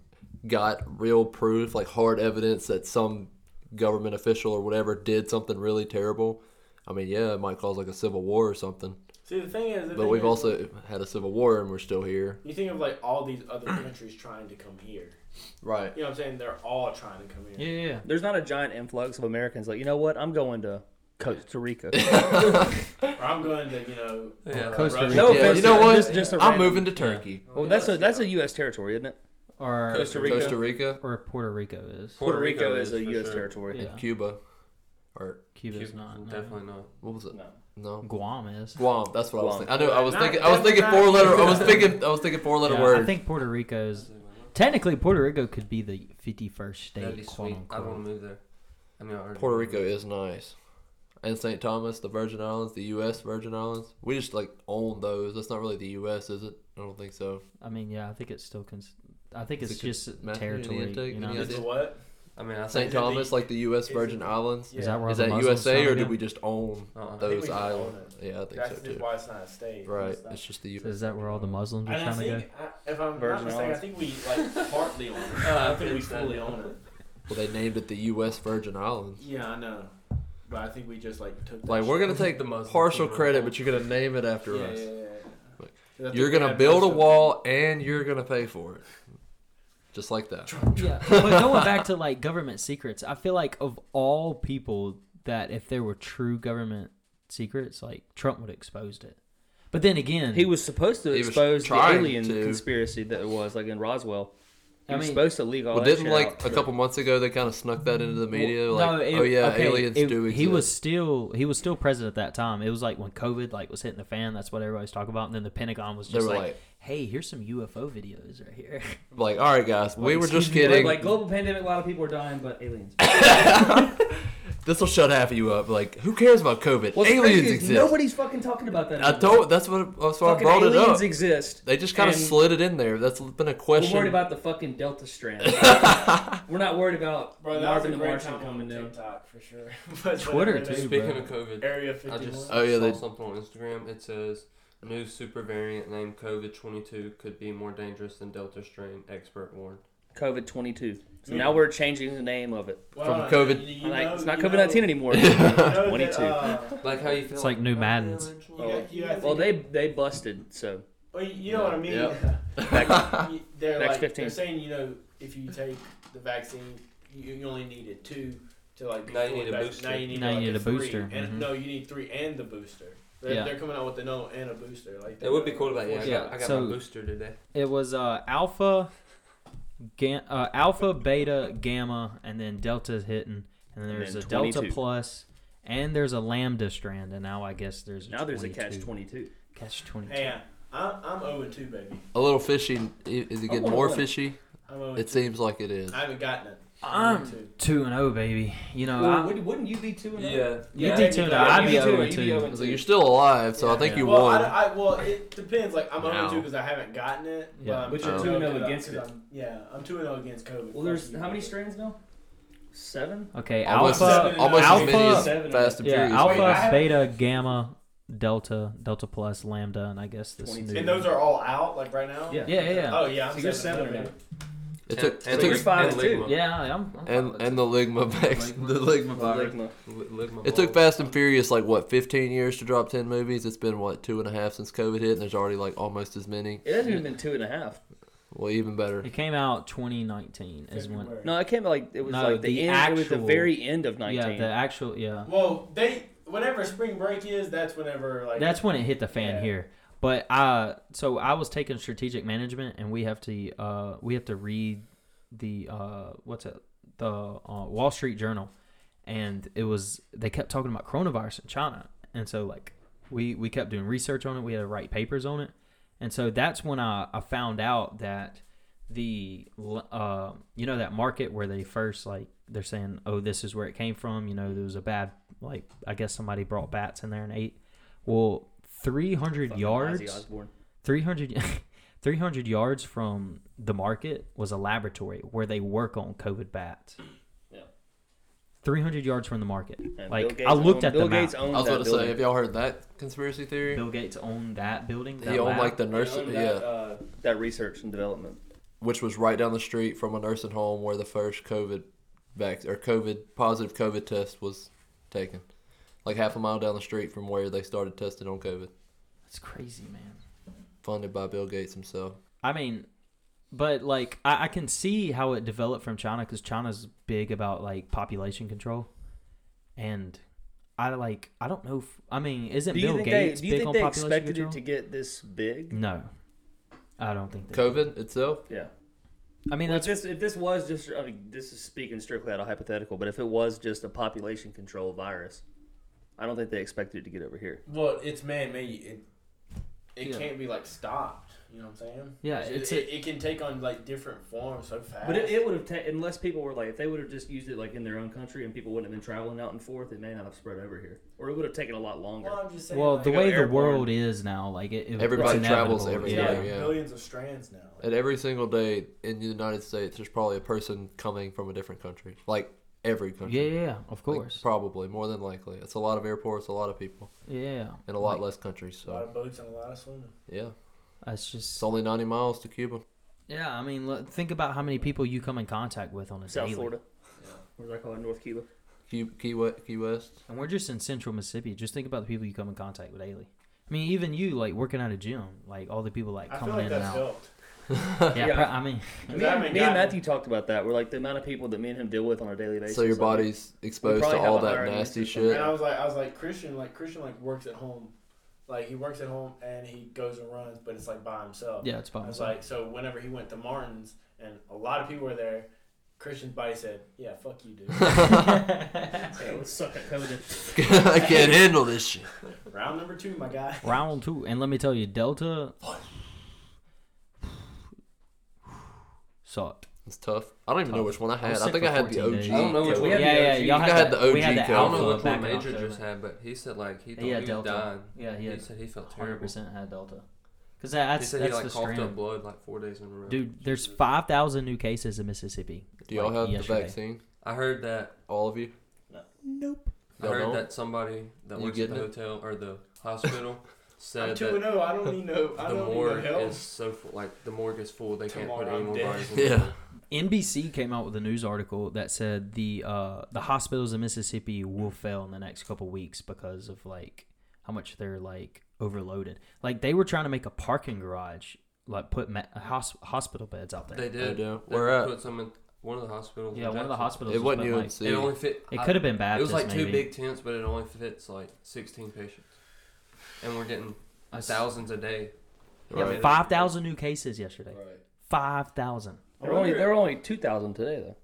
C: got real proof, like hard evidence that some government official or whatever did something really terrible, I mean, yeah, it might cause like a civil war or something.
D: See, the thing is, the
C: But
D: thing
C: we've
D: is,
C: also had a civil war and we're still here.
D: you think of like all these other countries trying to come here.
C: Right.
D: You know what I'm saying? They're all trying to come here.
A: yeah, yeah, yeah.
E: There's not a giant influx of Americans like, you know what? I'm going to Costa Rica.
D: Or I'm going to, you know, uh,
F: Yeah.
A: Costa
D: Russia.
A: Rica.
E: No
C: Yeah,
E: offense.
C: you know what?
E: Just, just a
C: I'm
E: random-
C: moving to Turkey.
E: Well, that's a that's a U.S. territory, isn't it?
A: Or
F: Costa
E: Rica.
C: Costa Rica
A: or Puerto Rico is.
E: Puerto Rico is a
F: for
E: U.S.
F: sure.
E: territory.
A: Yeah,
C: and Cuba. Or
A: Cuba's
F: Cuba's
A: not. no.
F: Definitely not.
C: what was it?
E: No.
C: No.
A: Guam is.
C: Guam. That's what I was
E: Guam.
C: thinking. I know. I was
D: Not-
C: thinking. I was
D: that's
C: thinking
D: not-
C: four letter. I was thinking. I was thinking four letter
A: Yeah, I
C: word.
A: think Puerto Rico is technically Puerto Rico could be the fifty-first
F: That'd be
A: state. Quote
F: sweet. I want
A: unquote.
F: to move there. I mean, I already
C: Puerto Rico is nice, and St. Thomas, the Virgin Islands, the U.S. Virgin Islands. We just like own those. That's not really the U.S., is it? I don't think so.
A: I mean, yeah, I think it's still. Cons- I think
C: Is
A: it's
C: it
A: just
C: Matthew, any
A: territory.
C: intake,
A: you know?
C: any
D: It's
C: idea?
D: a what?
F: I mean, I
C: St.
F: think
D: Tom-
C: Thomas, like the U.S.
D: is
C: Virgin
D: it-
C: Islands.
A: Is
D: Yeah.
A: that where all
C: Is
A: the
C: that
A: Muslims
C: USA
A: from
C: or do
A: again?
C: we just own
F: Uh-uh. I think
D: we
C: those
D: just own
C: islands? Yeah, I think
D: That's
C: so
D: just
C: too.
D: why it's not a state.
C: Right.
D: It's not-
C: It's just the
A: So
C: U.S.
A: is that where all the Muslims are
D: And I
A: trying to go?
D: think, I, if I'm
E: Virgin
D: not mistaken, I
E: Islands.
D: think we like partly own it.
F: Uh,
D: I think we
F: it's that.
D: fully own it.
C: Well, they named it the U.S. Virgin Islands.
D: Yeah, I know. But I think we just like took. That
C: Like we're gonna take
F: The Muslims
C: partial
F: were
C: credit,
F: wrong.
C: but you're gonna name it after
D: yeah,
C: us.
D: Yeah, yeah, yeah.
C: Like,
D: I think
C: You're
D: we
C: gonna
D: had
C: build a
D: most of-
C: wall and you're gonna pay for it, just like that.
A: yeah, but going back to like government secrets, I feel like of all people that if there were true government secrets, like Trump would have exposed it. But then again,
E: He was supposed to
C: He was
E: expose the
C: trying
E: alien
C: to.
E: conspiracy that it was like in Roswell. He
A: I
E: was
A: mean-
E: supposed to leak all
C: Well,
E: that
C: didn't
E: shit
C: like
E: out.
C: a couple months ago they kind of snuck that into the media?
A: Well,
C: like,
A: no, it-
C: oh yeah,
A: okay,
C: aliens
A: it-
C: do exist.
A: He was still he was still president at that time. It was like when COVID like was hitting the fan. That's what everybody's talking about. And then the Pentagon was
C: They
A: just
C: were
A: like,
C: like-
A: "Hey, here's some UFO videos right here."
C: like, all right, guys, we were just
E: Like,
C: kidding.
E: like global pandemic, a lot of people are dying, but aliens.
C: this will shut half of you up. Like, who cares about COVID?
E: What's crazy
C: aliens
E: is
C: exist.
E: Nobody's fucking talking about that.
C: I
E: anymore.
C: told. That's what. That's why I
E: fucking
C: brought it
E: aliens
C: up.
E: exist.
C: they just kind of
E: and
C: slid it in there. That's been a
E: We're
C: question.
E: worried about the fucking Delta strand. We're not worried about
D: Bro, that was
E: Marvin
D: a
E: the
D: great
E: Martian
D: time
E: coming
D: on
E: down.
D: TikTok for sure. But
A: Twitter,
D: whatever,
A: too.
D: they-
F: Speaking of COVID,
D: Area
F: I
D: 51.
F: just
C: Oh, yeah,
F: saw
C: they-
F: something on Instagram. It says new super variant named COVID-22 could be more dangerous than Delta strain. Expert warned.
E: COVID twenty two. So
D: Yeah.
E: now we're changing the name of it.
C: from COVID.
D: you
E: like
D: know-
E: it's not
D: you know-
E: COVID nineteen anymore.
D: you know that,
E: Twenty two.
D: uh,
F: Like "Oh, how you feel.
A: It's like new Maddens.
D: you got- you got-
E: Well, they they busted. So
D: Well, you you know what I mean. You- they're
E: Next
D: like
E: 15.
D: they're saying, you know, if you take the vaccine, you, you only needed two to like be
F: Now you
D: fully
F: need a
D: vac-
F: booster. Mm-hmm.
D: Now you need,
A: Now you
D: like,
A: need a
D: three.
A: booster,
D: and
A: mhm.
D: no, you need three and the booster. They're,
A: Yeah.
D: they're coming out with the no and a booster. Like
F: It would be cool about yeah.
A: Yeah,
F: I got
A: so-
F: my booster today.
A: It was uh, alpha, ga- uh, alpha, beta, gamma, and then delta's hitting, and then
E: And
A: there's
E: then
A: a delta
E: 22.
A: plus, and there's a lambda strand, and now I guess there's a
E: now there's a catch
A: 22.
E: twenty two.
A: Catch twenty two.
D: Hey, uh, I'm I'm zero and two, baby.
C: a little fishy. i- Is it
E: I
C: getting
E: wanna
C: more
E: win.
C: fishy?
D: I'm zero and
C: It
D: two.
C: seems like it is.
D: I haven't gotten it.
E: Um,
A: I'm
D: zero and two.
A: two and oh, baby. You know, I,
E: Wouldn't wouldn't you be two? and oh?
A: you
D: yeah,
A: did two and oh.
D: yeah,
A: I'd
D: you
A: be
D: did
A: over
E: you'd be
A: two.
E: over
C: I was like, you're still alive, so I
D: Yeah.
C: think you
D: well,
C: won.
D: I, I, well, it depends. Like I'm zero
C: Now.
D: and two because I haven't gotten it.
A: Yeah.
D: But, I'm
E: But
C: you're
D: I'm
E: two and
D: zero
E: oh
D: because
E: against
D: I'm- 'cause I'm- yeah, I'm two and zero against COVID.
E: Well, there's
D: Fuck you,
E: how many
D: COVID.
E: strands now? Seven.
A: Okay,
C: almost
A: alpha,
D: seven and
C: almost
A: alpha-
C: as many as
E: Seven and-
C: Fast and
A: yeah,
C: Furious.
A: alpha,
D: Wait, I have-
A: beta, gamma, delta, delta plus, lambda, and I guess this
E: 22.
A: new.
D: And those are all out like right now.
E: Yeah.
A: yeah, yeah, yeah.
D: Oh yeah, I'm
E: So you're
D: seven
E: seven
D: and
E: now.
D: oh.
C: It took,
E: and
C: it took
E: you're five and two.
A: yeah, I- I'm. I'm
C: and and the ligma vaccine. The ligma virus.
E: Ligma.
C: It took Fast and Furious like what 15 years to drop 10 movies. It's been what two and a half since COVID hit, and there's already like almost as many.
E: It hasn't even been two and a half.
C: Well, even better.
A: It came out 2019 is when.
D: February.
E: No, it came like it was
A: No,
E: like the,
A: the
E: end. it was the
A: actual-
E: very end of
A: Yeah,
E: nineteen.
A: the actual yeah.
D: Well, they whenever spring break is, that's whenever like
A: That's when it hit the fan
D: Yeah.
A: here. But uh, so I was taking strategic management, and we have to uh, we have to read the uh, what's it the uh, Wall Street Journal, and it was they kept talking about coronavirus in China, and so like we we kept doing research on it. We had to write papers on it, and so that's when I, I found out that the l- uh, you know that market where they first like they're saying oh this is where it came from you know there was a bad like I guess somebody brought bats in there and ate well 300
E: Fucking
A: yards
E: Ozzy Osbourne.
A: 300, y- 300 yards from the market was a laboratory where they work on COVID bats.
E: Yeah.
A: 300 yards from the market.
E: And Bill
A: like,
E: Gates
A: I looked
E: owned-
A: at
E: Bill
A: the map.
E: Gates owned
C: I was
E: that
C: about to
E: building.
C: say, have y'all heard that conspiracy theory?
A: Bill Gates owned that building. That
C: he owned
A: lab.
C: like the nursing, yeah,
B: Uh,
E: that research and development.
C: which was right down the street from a nursing home where the first COVID vac or COVID positive COVID test was taken, like half a mile down the street from where they started testing on COVID,
A: That's crazy, man.
C: funded by Bill Gates himself.
A: I mean, but like I, I can see how it developed from China because China's big about like population control, and I like I don't know. If, I mean, isn't
E: Do you
A: Bill
E: think
A: Gates
E: they, do you
A: big
E: think
A: on
E: they
A: population
E: expected
A: control?
E: it to get this big?
A: No, I don't think they.
C: COVID itself,
E: Yeah.
A: I mean,
E: Well,
A: that's
E: if this if this was just I mean, this is speaking strictly out of hypothetical, but if it was just a population control virus, I don't think they expected it to get over here.
D: well, it's man made. It, it
A: Yeah.
D: can't be like stopped. You know what I'm saying?
A: Yeah,
D: It-
A: it's
D: it, it can take on like different forms so fast.
E: But it, it would have ta- unless people were like if they would have just used it like in their own country and people wouldn't have been traveling out and forth, it may not have spread over here, or it would have taken a lot longer.
D: well, I'm just saying,
A: well
D: like,
A: the
E: go
A: way the
E: airborne.
A: world is now. Like it, it
C: Everybody
A: it's
C: travels
A: inevitable.
C: every
D: it's
A: yeah.
D: got,
C: day.
D: like,
C: yeah.
D: billions of strands now. Like,
C: and every single day in the United States, there's probably a person coming from a different country, like every country.
A: Yeah, yeah, yeah, of
C: Like,
A: course.
C: probably more than likely. It's a lot of airports, a lot of people,
A: yeah,
C: and a lot
A: Like,
C: less countries.
D: a lot
C: So
D: of boats and a lot of swimming.
C: yeah,
A: that's
C: it's
A: just
C: only 90 miles to Cuba.
A: yeah. I mean, look, think about how many people you come in contact with on a
E: South
A: daily.
E: Florida, what do I call it? North Cuba.
C: Key, Key, We- Key West.
A: And we're just in central Mississippi. Just think about the people you come in contact with daily. I mean, even you, like working at a gym, like all the people like
D: I feel
A: coming
D: like
A: in and
D: that's
A: out.
D: helped.
A: Yeah,
E: Yeah.
A: pro- I mean,
E: Me,
D: 'Cause I haven't
E: and, me and
D: gotten-
E: Matthew talked about that. We're like the amount of people that me and him deal with on a daily basis.
C: So your
E: like,
C: body's exposed to
E: probably
C: all
E: have a
C: that
E: higher immune
C: nasty
E: system.
C: shit.
D: And I was like, I was like Christian, like Christian, like works at home, like he works at home and he goes and runs, but it's like by himself.
A: yeah, it's
D: I
A: fine.
D: was like, so whenever he went to Martin's and a lot of people were there, Christian's body said, "Yeah, fuck you, dude."
E: Yeah, let's suck at COVID.
C: I can't handle this shit.
D: Round number two, my guy.
A: Round two, and let me tell you, Delta sucked.
C: It's tough. I don't even know
A: Tough.
C: which one I
A: was
C: had. I
A: sick
C: think
A: for
C: I had the
A: 14
C: OG.
A: days.
F: I don't know which
E: Yeah,
F: one.
E: we had
A: yeah,
E: the
A: yeah,
E: OG.
A: y'all
C: You
A: had,
C: had
A: the,
C: the
A: we
C: OG
A: had the
C: code.
F: I don't
A: alpha
F: know which one
A: back in
F: Major just
A: October.
F: had, but he said like he thought
A: Yeah,
F: he
A: Delta.
F: died.
A: Yeah, he
F: He
A: had
F: said he felt
A: hundred
F: terrible.
A: percent had Delta. Because that,
F: he
A: that's
F: said
A: that's
F: he like
A: the
F: coughed
A: strand.
F: up blood like four days in a row.
A: Dude, there's five thousand new cases in Mississippi.
C: Do y'all
A: like,
C: have
A: yesterday.
C: the vaccine?
F: I heard that.
C: All of you?
F: I
C: Y'all
F: heard
C: don't?
F: that somebody that
C: You
F: works at the
C: getting it?
F: hotel or the hospital
D: I'm
F: said
D: two and
F: that
D: zero. I don't need no. I
F: the
D: don't
F: morgue
D: need no help.
F: is so full. Like the morgue is full. They can't
D: Tomorrow
F: put any
D: I'm
F: more
D: dead.
F: bodies in.
C: Yeah.
F: there.
A: NBC came out with a news article that said the uh, the hospitals in Mississippi will fail in the next couple weeks because of like how much they're like overloaded. Like they were trying to make a parking garage, like put ma- hos- hospital beds out there.
F: They did.
C: do.
F: They
C: Where at?
F: Put some in one of the hospitals. in
A: yeah, one of the
F: Jackson.
A: hospitals.
C: It
A: was
C: wasn't
A: putting, like,
C: UNC.
F: It only fit.
A: It
F: I-
A: could have been
F: It
A: Baptist.
F: was like
A: maybe.
F: two big tents, but it only fits like 16 patients, and we're getting
A: That's-
F: thousands a day.
A: Yeah,
C: Right.
A: five thousand new cases yesterday. Five thousand.
E: There were only there were only two thousand today though.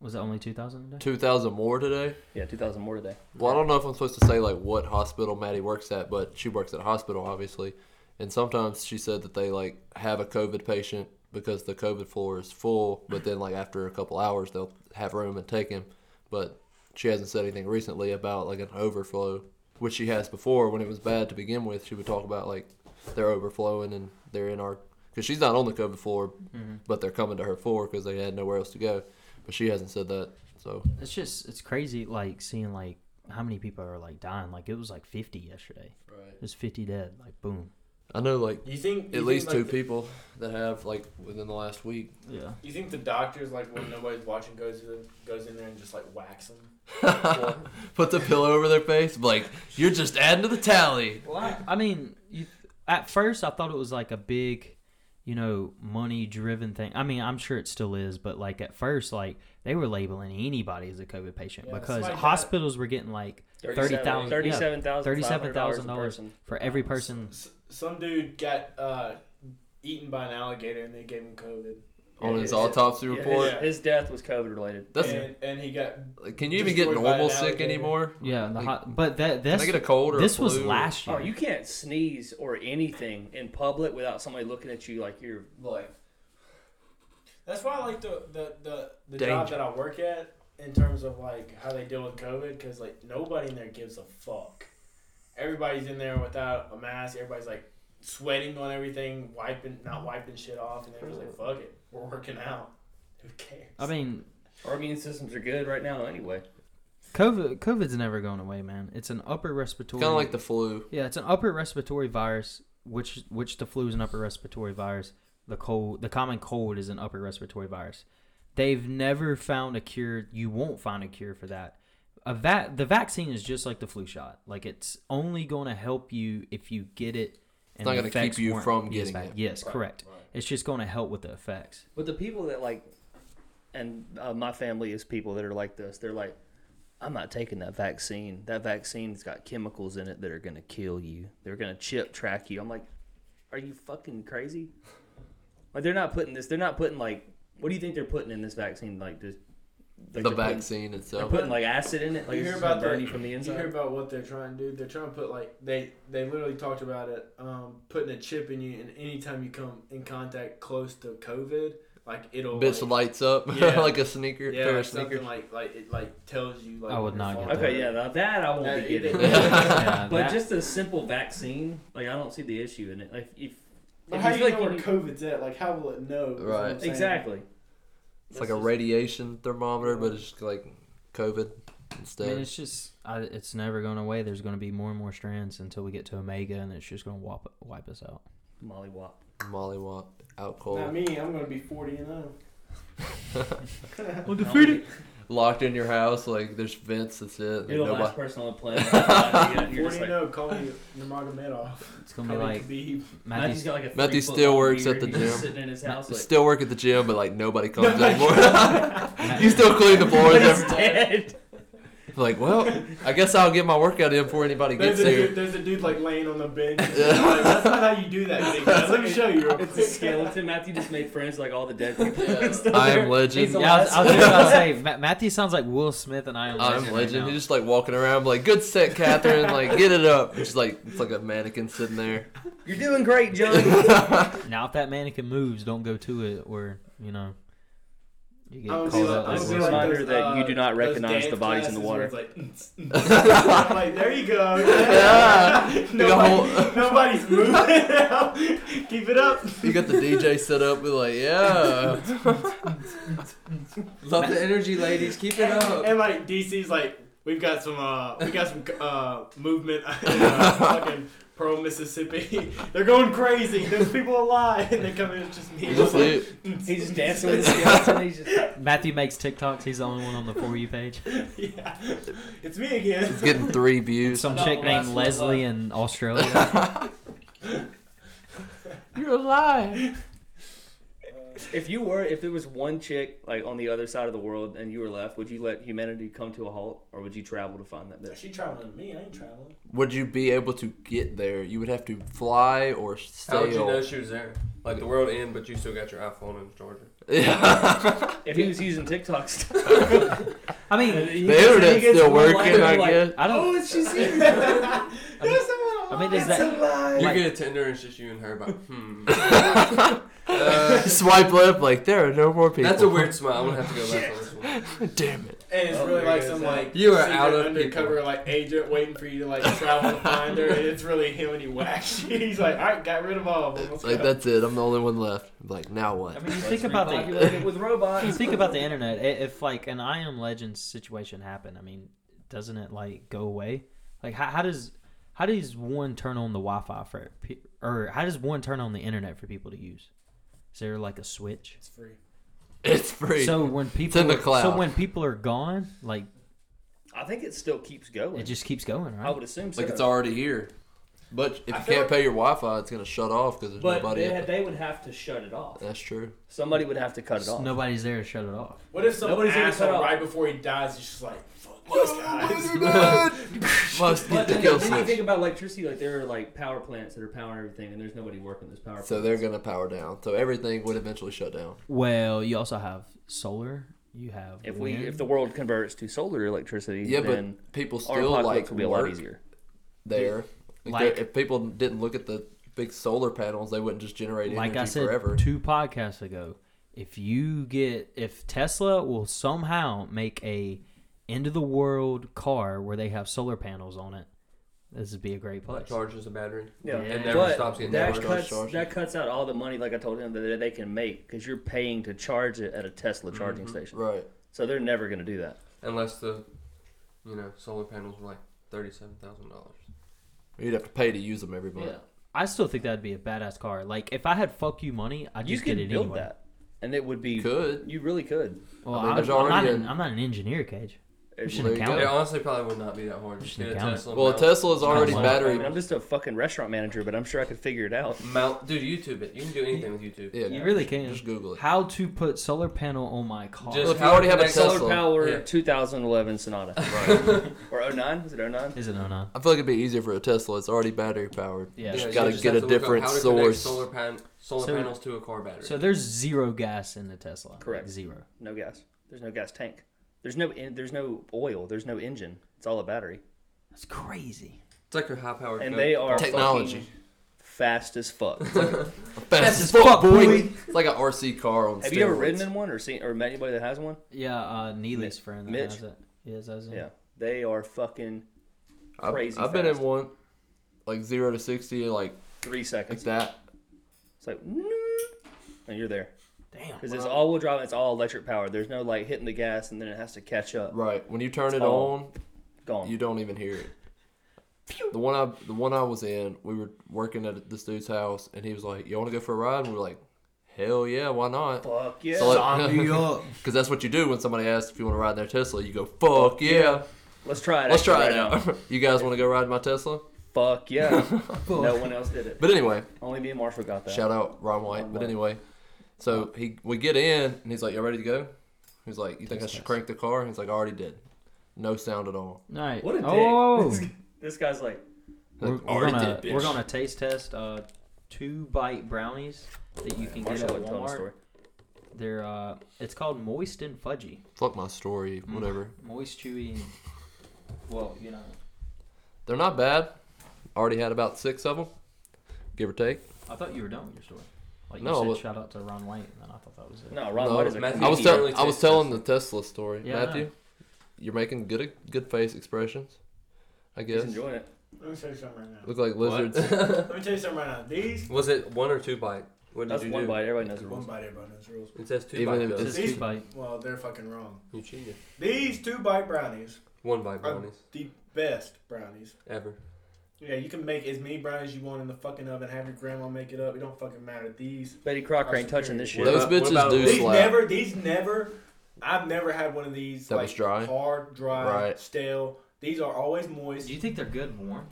A: Was that only two thousand?
C: 2,000 more today?
E: Yeah, two thousand more today.
C: Well, I don't know if I'm supposed to say, like, what hospital Maddie works at, but she works at a hospital, obviously. And sometimes she said that they, like, have a COVID patient because the COVID floor is full, but then, like, after a couple hours, they'll have room and take him. But she hasn't said anything recently about, like, an overflow, which she has before when it was bad to begin with. She would talk about, like, they're overflowing and they're in our. Because she's not on the COVID floor, but they're coming to her floor because they had nowhere else to go. But she hasn't said that, so.
A: It's just it's crazy. Like seeing like how many people are like dying. Like it was like fifty yesterday.
C: Right.
A: It was fifty dead. Like boom.
C: I know, like,
D: You think you
C: at least
D: think,
C: two
D: like,
C: people that have like within the last week.
A: Yeah.
D: You think the doctors, like when nobody's watching, goes in, goes in there and just like whacks them?
C: Put the pillow over their face, be like you're just adding to the tally.
A: Well, I, I mean, you, at first I thought it was like a big, you know, money driven thing. I mean, I'm sure it still is, but like at first, like they were labeling anybody as a COVID patient
D: Yeah,
A: because
D: somebody got-
A: hospitals were getting like thirty thousand, yeah,
E: $37,500
A: $37,000
E: a person.
A: for every person.
D: S- some dude got uh, eaten by an alligator and they gave him COVID.
C: on his
E: Yeah,
C: autopsy
E: yeah,
C: report.
E: his- His death was COVID related.
C: That's
D: and, and he got
C: like, can you even get
D: Destroyed by
C: normal
D: an
C: sick
D: alligator.
C: anymore?
A: Yeah, and the
C: Like,
A: hot, but that
C: Can
A: that's
C: I get a cold or a
A: this was
C: flu?
A: last year.
E: Oh, you can't sneeze or anything in public without somebody looking at you like you're like.
D: That's why I like the the the, the job
C: Danger.
D: that I work at in terms of like how they deal with COVID because like nobody in there gives a fuck. Everybody's in there without a mask. Everybody's like sweating on everything, wiping not wiping shit off, and they're just like, "Fuck it, we're working out. Who cares?"
A: I mean,
E: Our immune systems are good right now anyway.
A: COVID COVID's never going away, man. It's an upper respiratory.
C: Kind of like the flu.
A: Yeah, it's an upper respiratory virus, which which the flu is an upper respiratory virus. The cold, the common cold is an upper respiratory virus. They've never found a cure. You won't find a cure for that. A va- the vaccine is just like the flu shot. Like it's only going to help you if you get it. And
C: not
A: the
C: gonna keep
A: effects
C: you
A: weren't
C: from
A: as
C: getting
A: bad.
C: it.
A: Yes, correct. It's just going to help with the effects.
E: But the people that like, and uh, my family is people that are like this. They're like, I'm not taking that vaccine. That vaccine's got chemicals in it that are gonna kill you. They're gonna chip track you. I'm like, are you fucking crazy? Like they're not putting this. They're not putting like. What do you think they're putting in this vaccine? Like this. like,
C: the
E: they're putting-
C: vaccine
E: They're
C: itself.
E: putting like acid in it. Like
D: you
E: it's
D: hear
E: just gonna
D: about
E: burn
D: the,
E: you from the
D: You hear
E: inside.
D: about what they're trying to do? They're trying to put like they they literally talked about it, um, putting a chip in you, and anytime you come in contact close to COVID, like it'll
C: Bitch
D: like,
C: lights up
D: Yeah.
C: like a sneaker,
D: yeah,
C: pair
D: like
C: of sneakers.
D: something like like it like tells you like
A: I would
D: your
A: not get
D: phone.
A: that.
E: Okay, yeah, now that I won't
D: That-
E: be getting.
A: Yeah,
E: But
A: that-
E: just a simple vaccine, like I don't see the issue in it. Like if,
D: But
E: if
D: how
E: you
D: do
E: feel
D: you
E: like
D: know
E: you
D: where
E: need-
D: COVID's at? Like, how will it know? is what I'm
C: Right.
D: saying.
E: exactly,
C: it's like a radiation thermometer, but it's just like COVID
A: I mean,
C: instead.
A: it's just I, it's never going away. There's going to be more and more strands until we get to Omega, and it's just going to wipe wipe us out.
E: Molly Wop.
C: Mollywop out
D: Not
C: cold,
D: me. I'm gonna be 40 and oh. 0.
E: Well,
C: locked in your house. Like there's vents. That's it. Like,
E: You're the last
C: nobody.
E: person on the planet. to die, and You're
D: 40
E: just
D: and
E: like,
D: 0. Call me Nurmagomedov.
A: It's
D: Call
A: going
D: me
A: to be like
E: Matthew's
D: Khabib.
A: Matthew's
E: got like a
C: Matthew
E: three-foot
C: still
E: long
C: works
E: beard,
C: at the
E: he's just
C: gym.
E: sitting in his house, like,
C: Still work at the gym, but like nobody comes anymore. you still clean the floors.
E: but he's
C: Every,
E: dead.
C: like, well, I guess I'll get my workout in before anybody
D: There's
C: gets
D: a,
C: here.
D: dude, there's a dude like laying on the bench. Like, That's not how you do that. Big guy. Let me show you. Real
E: It's a
D: quick.
E: skeleton. Matthew just made friends with, like all the dead people. It's still
C: I
E: there.
C: am legend.
E: He's a
A: Yeah, I was, I was just about to say Ma- Matthew sounds like Will Smith and I am Legend.
C: I'm
A: right
C: Oh, legend.
A: now.
C: He's just like walking around, like good set, Catherine. Like get it up. It's like it's like a mannequin sitting there.
E: You're doing great, John.
A: Now, if that mannequin moves, don't go to it, or you know, you get
D: I would
A: called
D: be like-
A: out.
D: I
A: Like,
D: would
E: It's
A: Will Smith.
E: a reminder
D: be like those,
E: that
D: uh,
E: you do not
D: those
E: recognize the
D: dance
E: bodies in the
D: classes
E: water.
D: where it's "Mm, Like, like, there you go. Nobody,
C: whole-
D: nobody's moving. Keep it up.
C: You got the DJ set up with like, yeah.
F: Love the energy, ladies. Keep it
D: and,
F: up.
D: like DC's like, we've got some uh we got some uh movement in uh, fucking Pearl, Mississippi. They're going crazy. There's people alive and they come in it's just me.
C: That's it.
E: He's just dancing with the skeleton. He's just
A: Matthew makes TikToks. He's the only one on the for you page.
D: yeah. It's me again.
C: It's getting three views.
A: Some
E: Not
A: chick
E: the
A: named
E: last one,
A: Leslie in Australia.
C: You're alive.
E: If you were, if there was one chick like on the other side of the world and you were left, would you let humanity come to a halt, or would you travel to find that bitch?
D: She traveling to me, I ain't traveling.
C: Would you be able to get there? You would have to fly or
F: How would you know
C: sail.
F: she was there? Like the world end, but you still got your iPhone in Georgia.
C: Yeah.
E: If he was using TikTok stuff,
A: I mean,
C: the internet's still working, I guess.
A: I
D: Oh,
A: don't.
E: she's here.
A: I mean, does that?
F: You
A: Like-
F: get a Tinder, and it's just you and her. But hmm,
C: Uh,
F: Uh,
C: Swipe left, like there are no more people.
F: that's a weird smile. I'm gonna have to go back on this one.
C: Damn it.
D: And it's
E: Oh,
D: really
E: there
D: like
E: goes
D: some
E: that.
D: like
F: You are
D: secret
F: out of
D: undercover like agent waiting for you to like travel to find her and it's really him and he whacks you. He's like, Alright, got rid of all of them.
C: It's
D: Let's
C: like
D: go."
C: that's it. I'm the only one left. I'm like now
A: I
C: what?
A: mean, you think about the.
E: populated with
A: You
E: robots.
A: think about the internet. i- If like an I am Legend situation happened, I mean, doesn't it like go away? Like how, how does how does one turn on the Wi-Fi for pe- or how does one turn on the internet for people to use? Is there like a switch?
D: it's free.
C: It's free.
A: So when people
C: in the
A: so
C: cloud.
A: when people are gone, like
E: I think it still keeps going.
A: it just keeps going,
E: I
A: right?
E: would assume so.
C: like it's already here. But if
D: I
C: you
D: feel
C: can't
D: like-
C: pay your Wi-Fi, it's gonna shut off because there's
E: But
C: nobody.
E: they,
C: at
E: had- they would have to shut it off.
C: That's true.
E: Somebody would have to cut it off.
A: Nobody's there to shut it off.
D: What if some
E: Nobody's gonna cut
D: asshole
E: out-
D: right before he dies is just like, fuck those guys.
C: Must
E: But
C: get the
E: then,
C: kill
E: then you think
C: switch.
E: about electricity, like there are like power plants that are powering everything, and there's nobody working those power
C: So
E: plants.
C: they're gonna power down. So everything would eventually shut down.
A: Well, you also have solar. You have
E: If we,
A: wind.
E: if the world converts to solar electricity,
C: Yeah,
E: then
C: but people
E: our
C: still
E: apocalypse
C: like
E: will be a lot
C: work
E: easier.
C: there.
A: Like-
C: if people didn't look at the big solar panels, they wouldn't just generate
A: like
C: energy
A: I said
C: forever.
A: two podcasts ago, if you get if Tesla will somehow make a end of the world car where they have solar panels on it, this would be a great place.
F: That charges the battery.
E: Yeah,
A: Yeah.
F: It never
E: But
F: stops getting
E: that
C: charged.
E: cuts
C: Charged.
E: that cuts out all the money, like I told him, that they can make because you're paying to charge it at a Tesla charging station.
C: Right.
E: So they're never going to do that.
F: Unless the, you know, solar panels were like thirty-seven thousand dollars.
C: You'd have to pay to use them every month.
A: I still think that'd be a badass car. Like if I had fuck you money, I'd
E: you
A: just get
E: could
A: it
E: build
A: anyway.
E: that, and it would be
C: You could.
E: You really could.
A: Well,
C: I mean,
A: I
C: there's
A: am not
C: already
A: an,
C: an-
A: I'm not an engineer, Cage. You
E: Well,
A: shouldn't
C: there you
A: count
C: go.
F: It
A: it.
F: honestly probably would not be that hard. Just get a
A: count it.
F: Tesla.
C: Well,
F: mount-
C: Tesla's already
A: Tesla.
E: I
C: battery.
E: mean, I'm just a fucking restaurant manager, but I'm sure I could figure it out.
F: Mount, dude, YouTube it. You can do anything with YouTube.
C: Yeah.
A: You really can.
C: Just Google it.
A: How to put solar panel on my car?
F: Just
C: Well, if you
F: how
C: already
F: it
C: have a
F: connects-
C: Tesla-
E: Solar power
F: Yeah.
E: 2011 Sonata. or 09? Was it 09?
A: Is it on a
C: I feel like it'd be easier for a Tesla. It's already battery powered.
A: Yeah.
C: Just
A: Yeah, you
C: gotta
F: just
C: get
F: have
C: a
F: to look up
C: different
F: how to connect
C: source.
F: Solar, pan- solar
A: So-
F: panels to a car battery.
A: So there's zero gas in the Tesla. like
E: Correct.
A: zero.
E: No gas. There's no gas tank. There's no en- there's no oil. There's no engine. It's all a battery.
A: That's crazy.
F: it's like your high-powered.
E: And
F: goat.
E: they are
C: Technology.
E: fucking fast as fuck.
C: Fast
A: as
C: as fuck,
A: fuck,
C: boy.
A: boy.
C: It's like an RC car on
E: Have you ever
C: steroids. Mm-hmm.
E: ridden in one or seen or met anybody that has one?
A: Yeah, uh, Neely's
E: Mi-
A: friend. That
E: Mitch?
A: Has it. He has those in.
E: Yeah. They are fucking
C: I've,
E: crazy
C: I've been in
E: fast.
C: one, like zero to sixty, like
E: three
C: like
E: seconds.
C: that.
E: It's like and you're there
A: Damn.
E: because it's all wheel drive. It's all electric powered. There's no like hitting the gas and then it has to catch up.
C: Right when you turn it on,
E: Oh. Gone.
C: you don't even hear it. The one I the one I was in, we were working at this dude's house, and he was like, "You want to go for a ride?" And we were like, "Hell yeah, why not?"
E: Fuck yeah.
C: So, like-
A: up.
C: Because that's what you do when somebody asks if you want to ride in their Tesla. You go, "Fuck yeah,
E: Let's try it.
C: let's
E: actually
C: try it
E: right now.
C: out." you guys want to go ride in my Tesla?
E: Fuck yeah. no one else did it.
C: But anyway,
E: Only me and Marshall got that.
C: Shout out Ron White.
E: Ron
C: But
E: White.
C: anyway, so he we get in and he's like, "You all ready to go?" He's like, "You think I should crank the car?" And he's like, "I already did." No sound at all.
A: All right.
E: What a dick.
A: Oh,
E: This guy's like,
A: we're,
C: Like,
A: we're gonna
C: bitch."
A: we're gonna taste test uh, two bite brownies that you can get
E: Marshall
A: at
E: would tell the
A: Walmart.
E: story.
A: They're uh, it's called moist and fudgy,
C: fuck my story. Whatever.
A: moist, chewy. And, well, you know,
C: They're not bad. Already had about six of them, give or take.
A: I thought you were done with your story. Like you
C: No,
A: said,
C: well-
A: shout out to Ron White, and then I thought that was it.
E: No, Ron
C: No,
E: White is a
F: Matthew-
C: I was
F: he
C: tell-
F: really
C: I was
F: tastes
C: telling the Tesla story.
A: Yeah, I
C: Matthew,
A: know.
C: you're making good good face expressions. I
E: He's
C: guess
E: enjoying it.
D: Let me tell you something right now.
C: look like
F: What?
C: lizards.
D: Let me tell you something right now. These,
F: Was it one or two bite? What did
E: That's
F: you
E: one
F: do?
E: bite. Everybody knows the
D: one
E: rules.
D: bite everybody knows the rules.
F: It says two
C: Even
F: bite.
C: if
A: It
F: Does.
A: says
D: These-
A: two bite.
D: Well, they're fucking wrong.
F: You cheated.
D: These two bite brownies
F: One bite
D: are
F: brownies
D: the best brownies.
F: ever.
D: Yeah, you can make as many brownies you want in the fucking oven. Have your grandma make it up. It don't fucking matter. These
E: Betty Crocker
D: Our
E: ain't touching this shit.
C: Those
F: What about- what
C: bitches
F: about-
C: do
D: These
C: slap.
D: never, these never. I've never had one of these
C: That
D: like
C: was dry?
D: hard, dry,
C: Right.
D: stale. These are always moist.
A: Do you think they're good warm?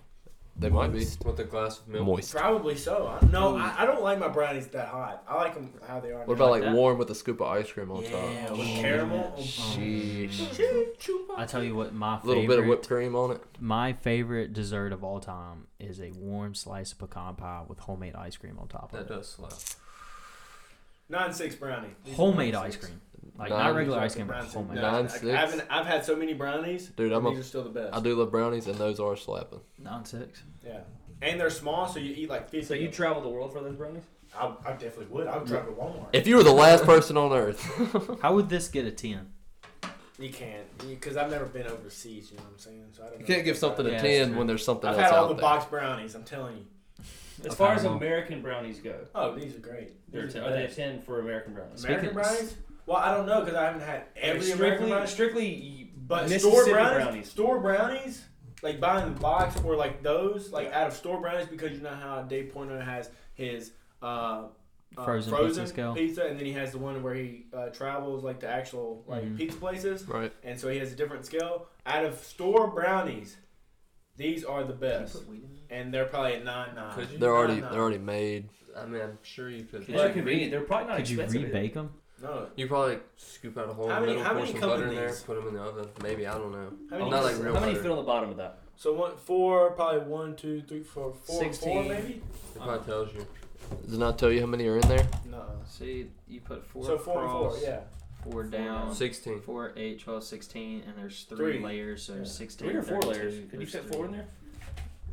C: They might be
F: With a glass of milk.
C: moist.
D: Probably so. I, no, I, I don't like my brownies that hot. I like them how they are.
C: What
D: now.
C: about
A: like
C: like
A: that?
C: warm with a scoop of ice cream on
D: yeah,
C: top?
D: with
A: Oh,
D: caramel?
A: yeah.
D: Oh,
C: Sheesh.
A: I tell you what, my
C: A little
A: favorite
C: bit of whipped cream on it.
A: my favorite dessert of all time is a warm slice of pecan pie with homemade ice cream on top of
F: That
A: it.
F: does slap.
D: Nine six brownie. These are
A: Homemade
D: nine
A: ice
D: six.
A: cream, like
C: Nine-
A: not regular ice cream, but
D: Nine six.
A: homemade.
C: Nine
D: I-
C: six.
D: I haven't, I've had so many brownies.
C: Dude,
D: and
C: I'm a-
D: these are still the best.
C: I do love brownies, and those are slapping.
A: Nine six.
D: Yeah, and they're small, so you eat like fifty.
E: So you
D: of them.
E: travel the world for those brownies?
D: I, I definitely would. I would drive to Walmart.
C: If you were the last person on earth,
A: How would this get a ten?
D: You can't, because I've never been overseas. You know what I'm saying? So I don't.
C: you
D: know
C: can't give
D: anything
C: something
D: about
C: a
A: Yeah, that's
C: ten
A: true.
C: when there's something
D: I've
C: else
D: had all the
C: out there.
D: box brownies. I'm telling you.
E: As
A: Okay,
E: far as
A: well.
E: American brownies go,
D: Oh, these are great.
E: they're
D: These
E: t-
D: are
E: are
D: the
E: they a
D: best.
E: 10 for American brownies?
D: American
A: Speaking-
D: brownies? Well, I don't know because I haven't had every
E: Like,
D: American
E: strictly,
D: brownie.
E: strictly
D: But store
E: Mississippi
D: brownies,
E: brownies.
D: store brownies, like buying the box or like those, like out of store brownies because you know how Dave Porno has his uh, uh,
A: Frozen pizza scale.
D: pizza, and then he has the one where he uh, travels like the actual like
C: Mm-hmm.
A: Mhm.
D: pizza places,
C: Right.
D: and so he has a different scale. Out of store brownies, These are the best, and they're probably a nine nine.
F: Could you?
C: They're already
D: Nine,
C: they're already made.
F: I mean, Uh, I'm sure you could.
D: Could you-
B: They're convenient. They're probably not
A: Could you
B: expensive.
A: rebake them?
D: No,
F: You probably scoop out a whole
D: How many-
F: middle
D: how many
F: portion
D: come
F: of butter
D: in
F: in there,
D: these?
F: put them in the oven. Maybe I don't know.
D: how many?
F: Not like real
E: How many
F: butter.
E: fit on the bottom of that?
D: so one, four, probably one, two, three, four, four, four
B: Sixteen.
D: maybe.
F: It probably tells you.
C: Does it not tell you how many are in there?
D: No.
A: See, you put four
D: So four and four, yeah.
A: four down,
F: Sixteen.
A: four, eight, twelve, sixteen, and there's
D: Three.
A: layers, so
D: Yeah.
A: sixteen.
E: Three or four
A: 32,
E: layers? Could you
A: there's
E: fit
A: three.
E: four in there?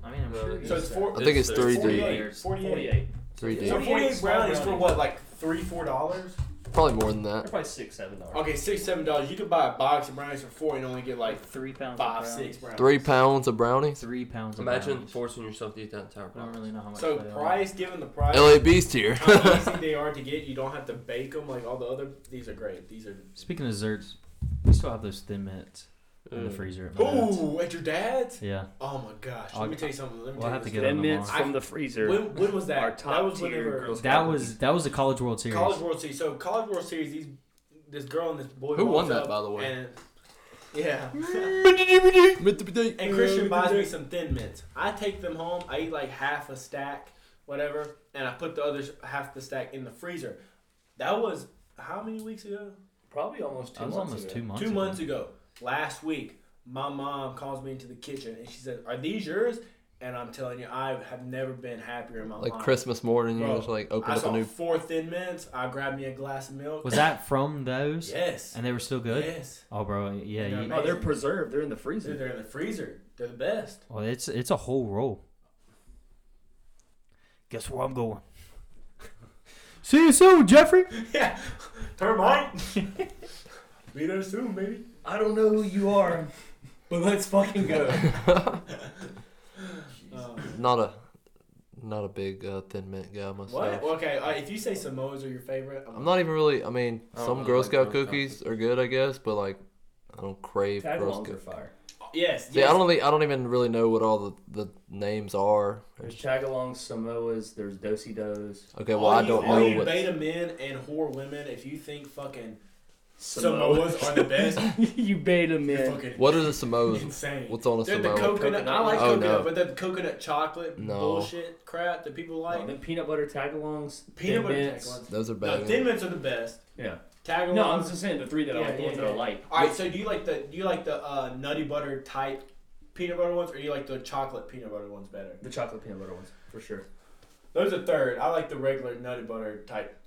A: I mean, I'm
F: No,
A: sure.
F: it's-
D: So it's four.
C: I think it's three
D: forty-eight.
C: D.
D: Forty-eight.
E: Forty-eight.
C: Three D.
D: So
E: Yeah.
D: forty-eight brown is for
E: Brownies.
D: what, like three, four dollars?
C: Probably more than
E: They're
C: that.
E: probably six, seven dollars.
D: Okay, six, seven dollars. You could buy a box of brownies for four and only get like
A: three pounds. of
D: five,
A: brownies.
D: six brownies.
C: Three pounds of brownies.
A: Three pounds. Of
F: Imagine
A: brownies.
F: forcing yourself to eat that entire
A: I don't
F: box.
A: really know how much.
D: So
A: they are.
D: price, given the price,
C: LAB's tier.
D: how easy they are to get. You don't have to bake them like all the other. These are great. These are.
A: Speaking of desserts, we still have those thin mints in the freezer. At my dad's.
D: Ooh, at your dad's?
A: Yeah.
D: Oh my gosh!
A: I'll-
D: Let me tell you something. Let me
A: we'll
D: tell
A: have
D: you
A: to
D: this.
A: get them
E: mints
A: tomorrow.
E: from the freezer.
D: When, when was
E: Our
D: that? That
E: top
D: was
E: tier
D: whenever
E: Girl Scout
A: That was that was the College World Series.
D: College World Series. So College World Series, these this girl and this boy.
C: Who won
D: walks
C: that,
D: up
C: by the way?
D: And, yeah. And
C: and
D: Christian buys me some Thin Mints. I take them home. I eat like half a stack, whatever, and I put the other s- half the stack in the freezer. That was how many weeks ago?
B: Probably almost two
A: That was
B: months
A: almost
B: ago.
A: two months.
D: Two
A: ago.
D: months ago, last week, my mom calls me into the kitchen and she says, "Are these yours?" And I'm telling you, I have never been happier in my
C: Like
D: life.
C: Christmas morning, you
D: Bro,
C: just like
D: I
C: opened up
D: saw
C: a new.
D: four Thin Mints. I grabbed me a glass of milk.
A: Was that from those?
D: yes?
A: And they were still good.
D: Yes.
A: Oh, bro. Yeah.
D: No,
A: You,
D: no.
E: Oh, they're preserved. They're in the freezer.
D: Dude, they're in the freezer. They're the best.
A: well, it's it's a whole roll. Guess where I'm going. See you soon, Jeffrey.
D: yeah. Termite. Meet us soon, baby.
B: I don't know who you are, but let's fucking go.
D: Uh,
C: Not a, not a big uh, thin mint guy myself.
D: what? Okay, uh, if you say Samoas are your favorite,
C: I'm not even really. I mean,
F: I don't
C: some
F: really
C: Girl
F: like
C: Scout
F: Girl Scout
C: cookies are good, I guess, but like, I don't crave Girl
B: Tagalongs are
C: Scout.
B: fire.
D: Yes.
C: See,
D: yes.
C: I don't think I don't even really know what all the, the names are.
E: There's Chagalongs, Samoas. There's Dosi Dos.
C: Okay, well
D: all
C: I
D: you-
C: don't
D: all
C: know
D: you
C: what.
D: beta men and whore women, if you think fucking Samoas are the best,
E: you beta
D: you're
E: men.
D: fucking
C: What are the Samoas?
D: insane.
C: What's on a
D: They're the
C: Samoa?
D: coconut. I like
C: Oh,
D: coconut,
C: no.
D: but the coconut chocolate
C: No.
D: bullshit crap that people like.
E: No, the peanut butter tagalongs.
D: Peanut
E: Thin
D: butter
E: Mints.
D: tagalongs.
C: Those are
D: No,
C: bad.
D: thin mints are the best.
E: Yeah.
D: Tagalongs.
E: No, I'm just saying the three that I
D: Yeah,
E: like, the
D: yeah,
E: ones that I
D: yeah.
E: like.
D: All right, so do you like the do you like the uh, nutty butter type peanut butter ones, or you like the chocolate peanut butter ones better?
E: The chocolate peanut butter ones, for sure.
D: Those are third. I like the regular nutty butter type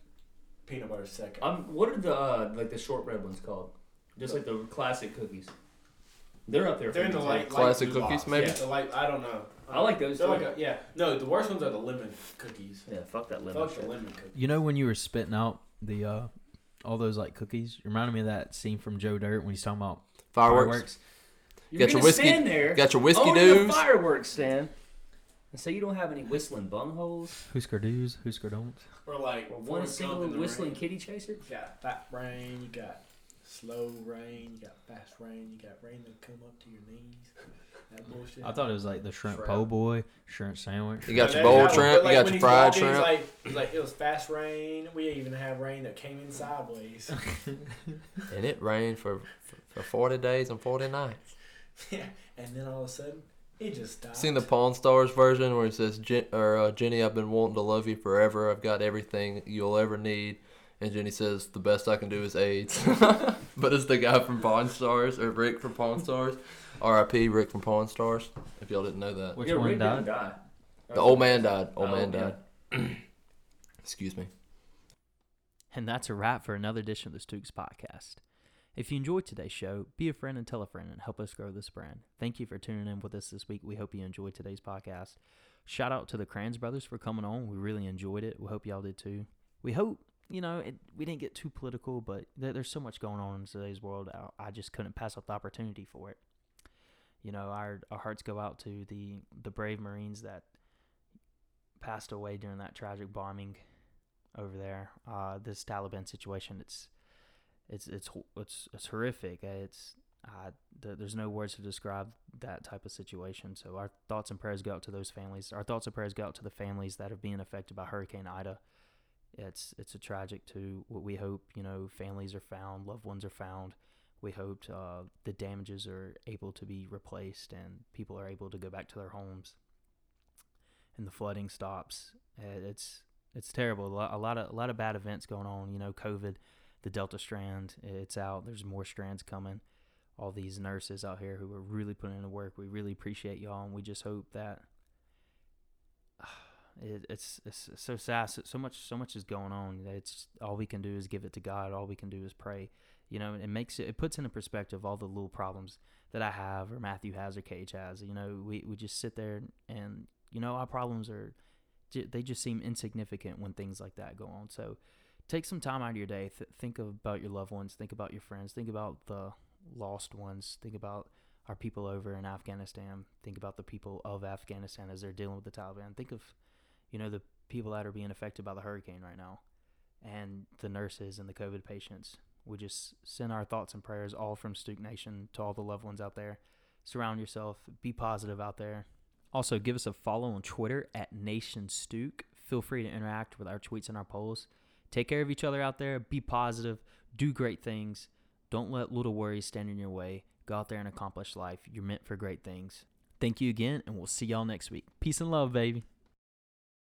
D: peanut butter second.
E: Um, what are the uh, like the shortbread ones called? Just like the classic cookies. They're up there. for
D: They're in the
E: me, too.
D: light,
C: Classic
D: light blue
C: cookies,
D: box.
C: maybe?
D: Yeah, the light. I don't know.
E: I like those.
D: They're
E: too.
D: like a, yeah. No, the worst ones are the lemon cookies.
E: yeah, fuck that lemon.
D: Fuck the
E: shit.
D: lemon cookies.
A: You know when you were spitting out the uh, all those like cookies, you reminded me of that scene from Joe Dirt when he's talking about
C: Fireworks.
A: fireworks.
E: You're
C: Got your
E: gonna
C: whiskey-
E: Stand there.
C: Got your
D: Oh,
C: whiskey
E: own your
C: dudes.
E: fireworks stand. And say you don't have any whistling bungholes
A: Husker do's, Husker don'ts.
D: Or like
E: or one
D: Forrest Gump
E: single
D: in the
E: whistling
D: rain.
E: kitty chaser.
D: You got fat rain. You got slow rain. You got fast rain. You got rain that come up to your knees. That bullshit.
A: I thought it was like the shrimp
D: Shrimp.
A: po' boy, shrimp sandwich.
C: You got your
D: Yeah, that-
C: bowl
D: that was-
C: shrimp.
D: but,
C: You
D: like,
C: got
D: when
C: your
D: he's
C: fried
D: walking, he's
C: shrimp.
D: Like, he's like, it was fast rain. We even have rain that came in sideways.
C: And it rained for for forty days and forty nights.
D: yeah, and then all of a sudden, it just stopped.
C: Seen the Pawn Stars version where it says, Jen, or, uh, "Jenny, I've been wanting to love you forever. I've got everything you'll ever need." And Jenny says, "The best I can do is AIDS." but it's the guy from Pawn Stars or Rick from Pawn Stars, R.I.P. Rick from Pawn Stars. If y'all didn't know that,
A: Which
E: Yeah,
A: one
E: Rick
A: died?
E: didn't die.
C: the old man died. Old
E: Oh,
C: man
E: yeah.
C: died. Excuse me.
A: And that's a wrap for another edition of the Stooks podcast. If you enjoyed today's show, be a friend and tell a friend and help us grow this brand. Thank you for tuning in with us this week. We hope you enjoyed today's podcast. Shout out to the Crans brothers for coming on. We really enjoyed it. We hope y'all did too. We hope, you know, it, we didn't get too political, but there, there's so much going on in today's world. I, I just couldn't pass up the opportunity for it. You know, our, our hearts go out to the, the brave Marines that passed away during that tragic bombing over there. Uh, this Taliban situation, it's it's it's ho- it's it's horrific. Uh, It's uh, th- there's no words to describe that type of situation. So our thoughts and prayers go out to those families. Our thoughts and prayers go out to the families that are being affected by Hurricane Ida. It's it's a tragic to what we hope you know families are found, loved ones are found.
E: we hoped uh, the damages are able to be replaced and people are able to go back to their homes and the flooding stops. Uh, It's it's terrible. A lot, a lot of a lot of bad events going on. You know, COVID, the Delta strand, it's out. There's more strands coming. All these nurses out here who are really putting in the work. We really appreciate y'all, and we just hope that it, it's, it's so sad. So, so much, so much is going on. that It's all we can do is give it to God. All we can do is pray. You know, it makes it, it puts into perspective all the little problems that I have or Matthew has or Cage has. You know, we, we just sit there and, you know, our problems are, ju- they just seem insignificant when things like that go on. So take some time out of your day. Th- think about your loved ones. Think about your friends. Think about the lost ones. Think about our people over in Afghanistan. Think about the people of Afghanistan as they're dealing with the Taliban. Think of you know, the people that are being affected by the hurricane right now and the nurses and the COVID patients. We just send our thoughts and prayers all from Stuke Nation to all the loved ones out there. Surround yourself, be positive out there. Also, give us a follow on Twitter at Nation Stuke. Feel free to interact with our tweets and our polls. Take care of each other out there. Be positive. Do great things. Don't let little worries stand in your way. Go out there and accomplish life. You're meant for great things. Thank you again, and we'll see y'all next week. Peace and love, baby.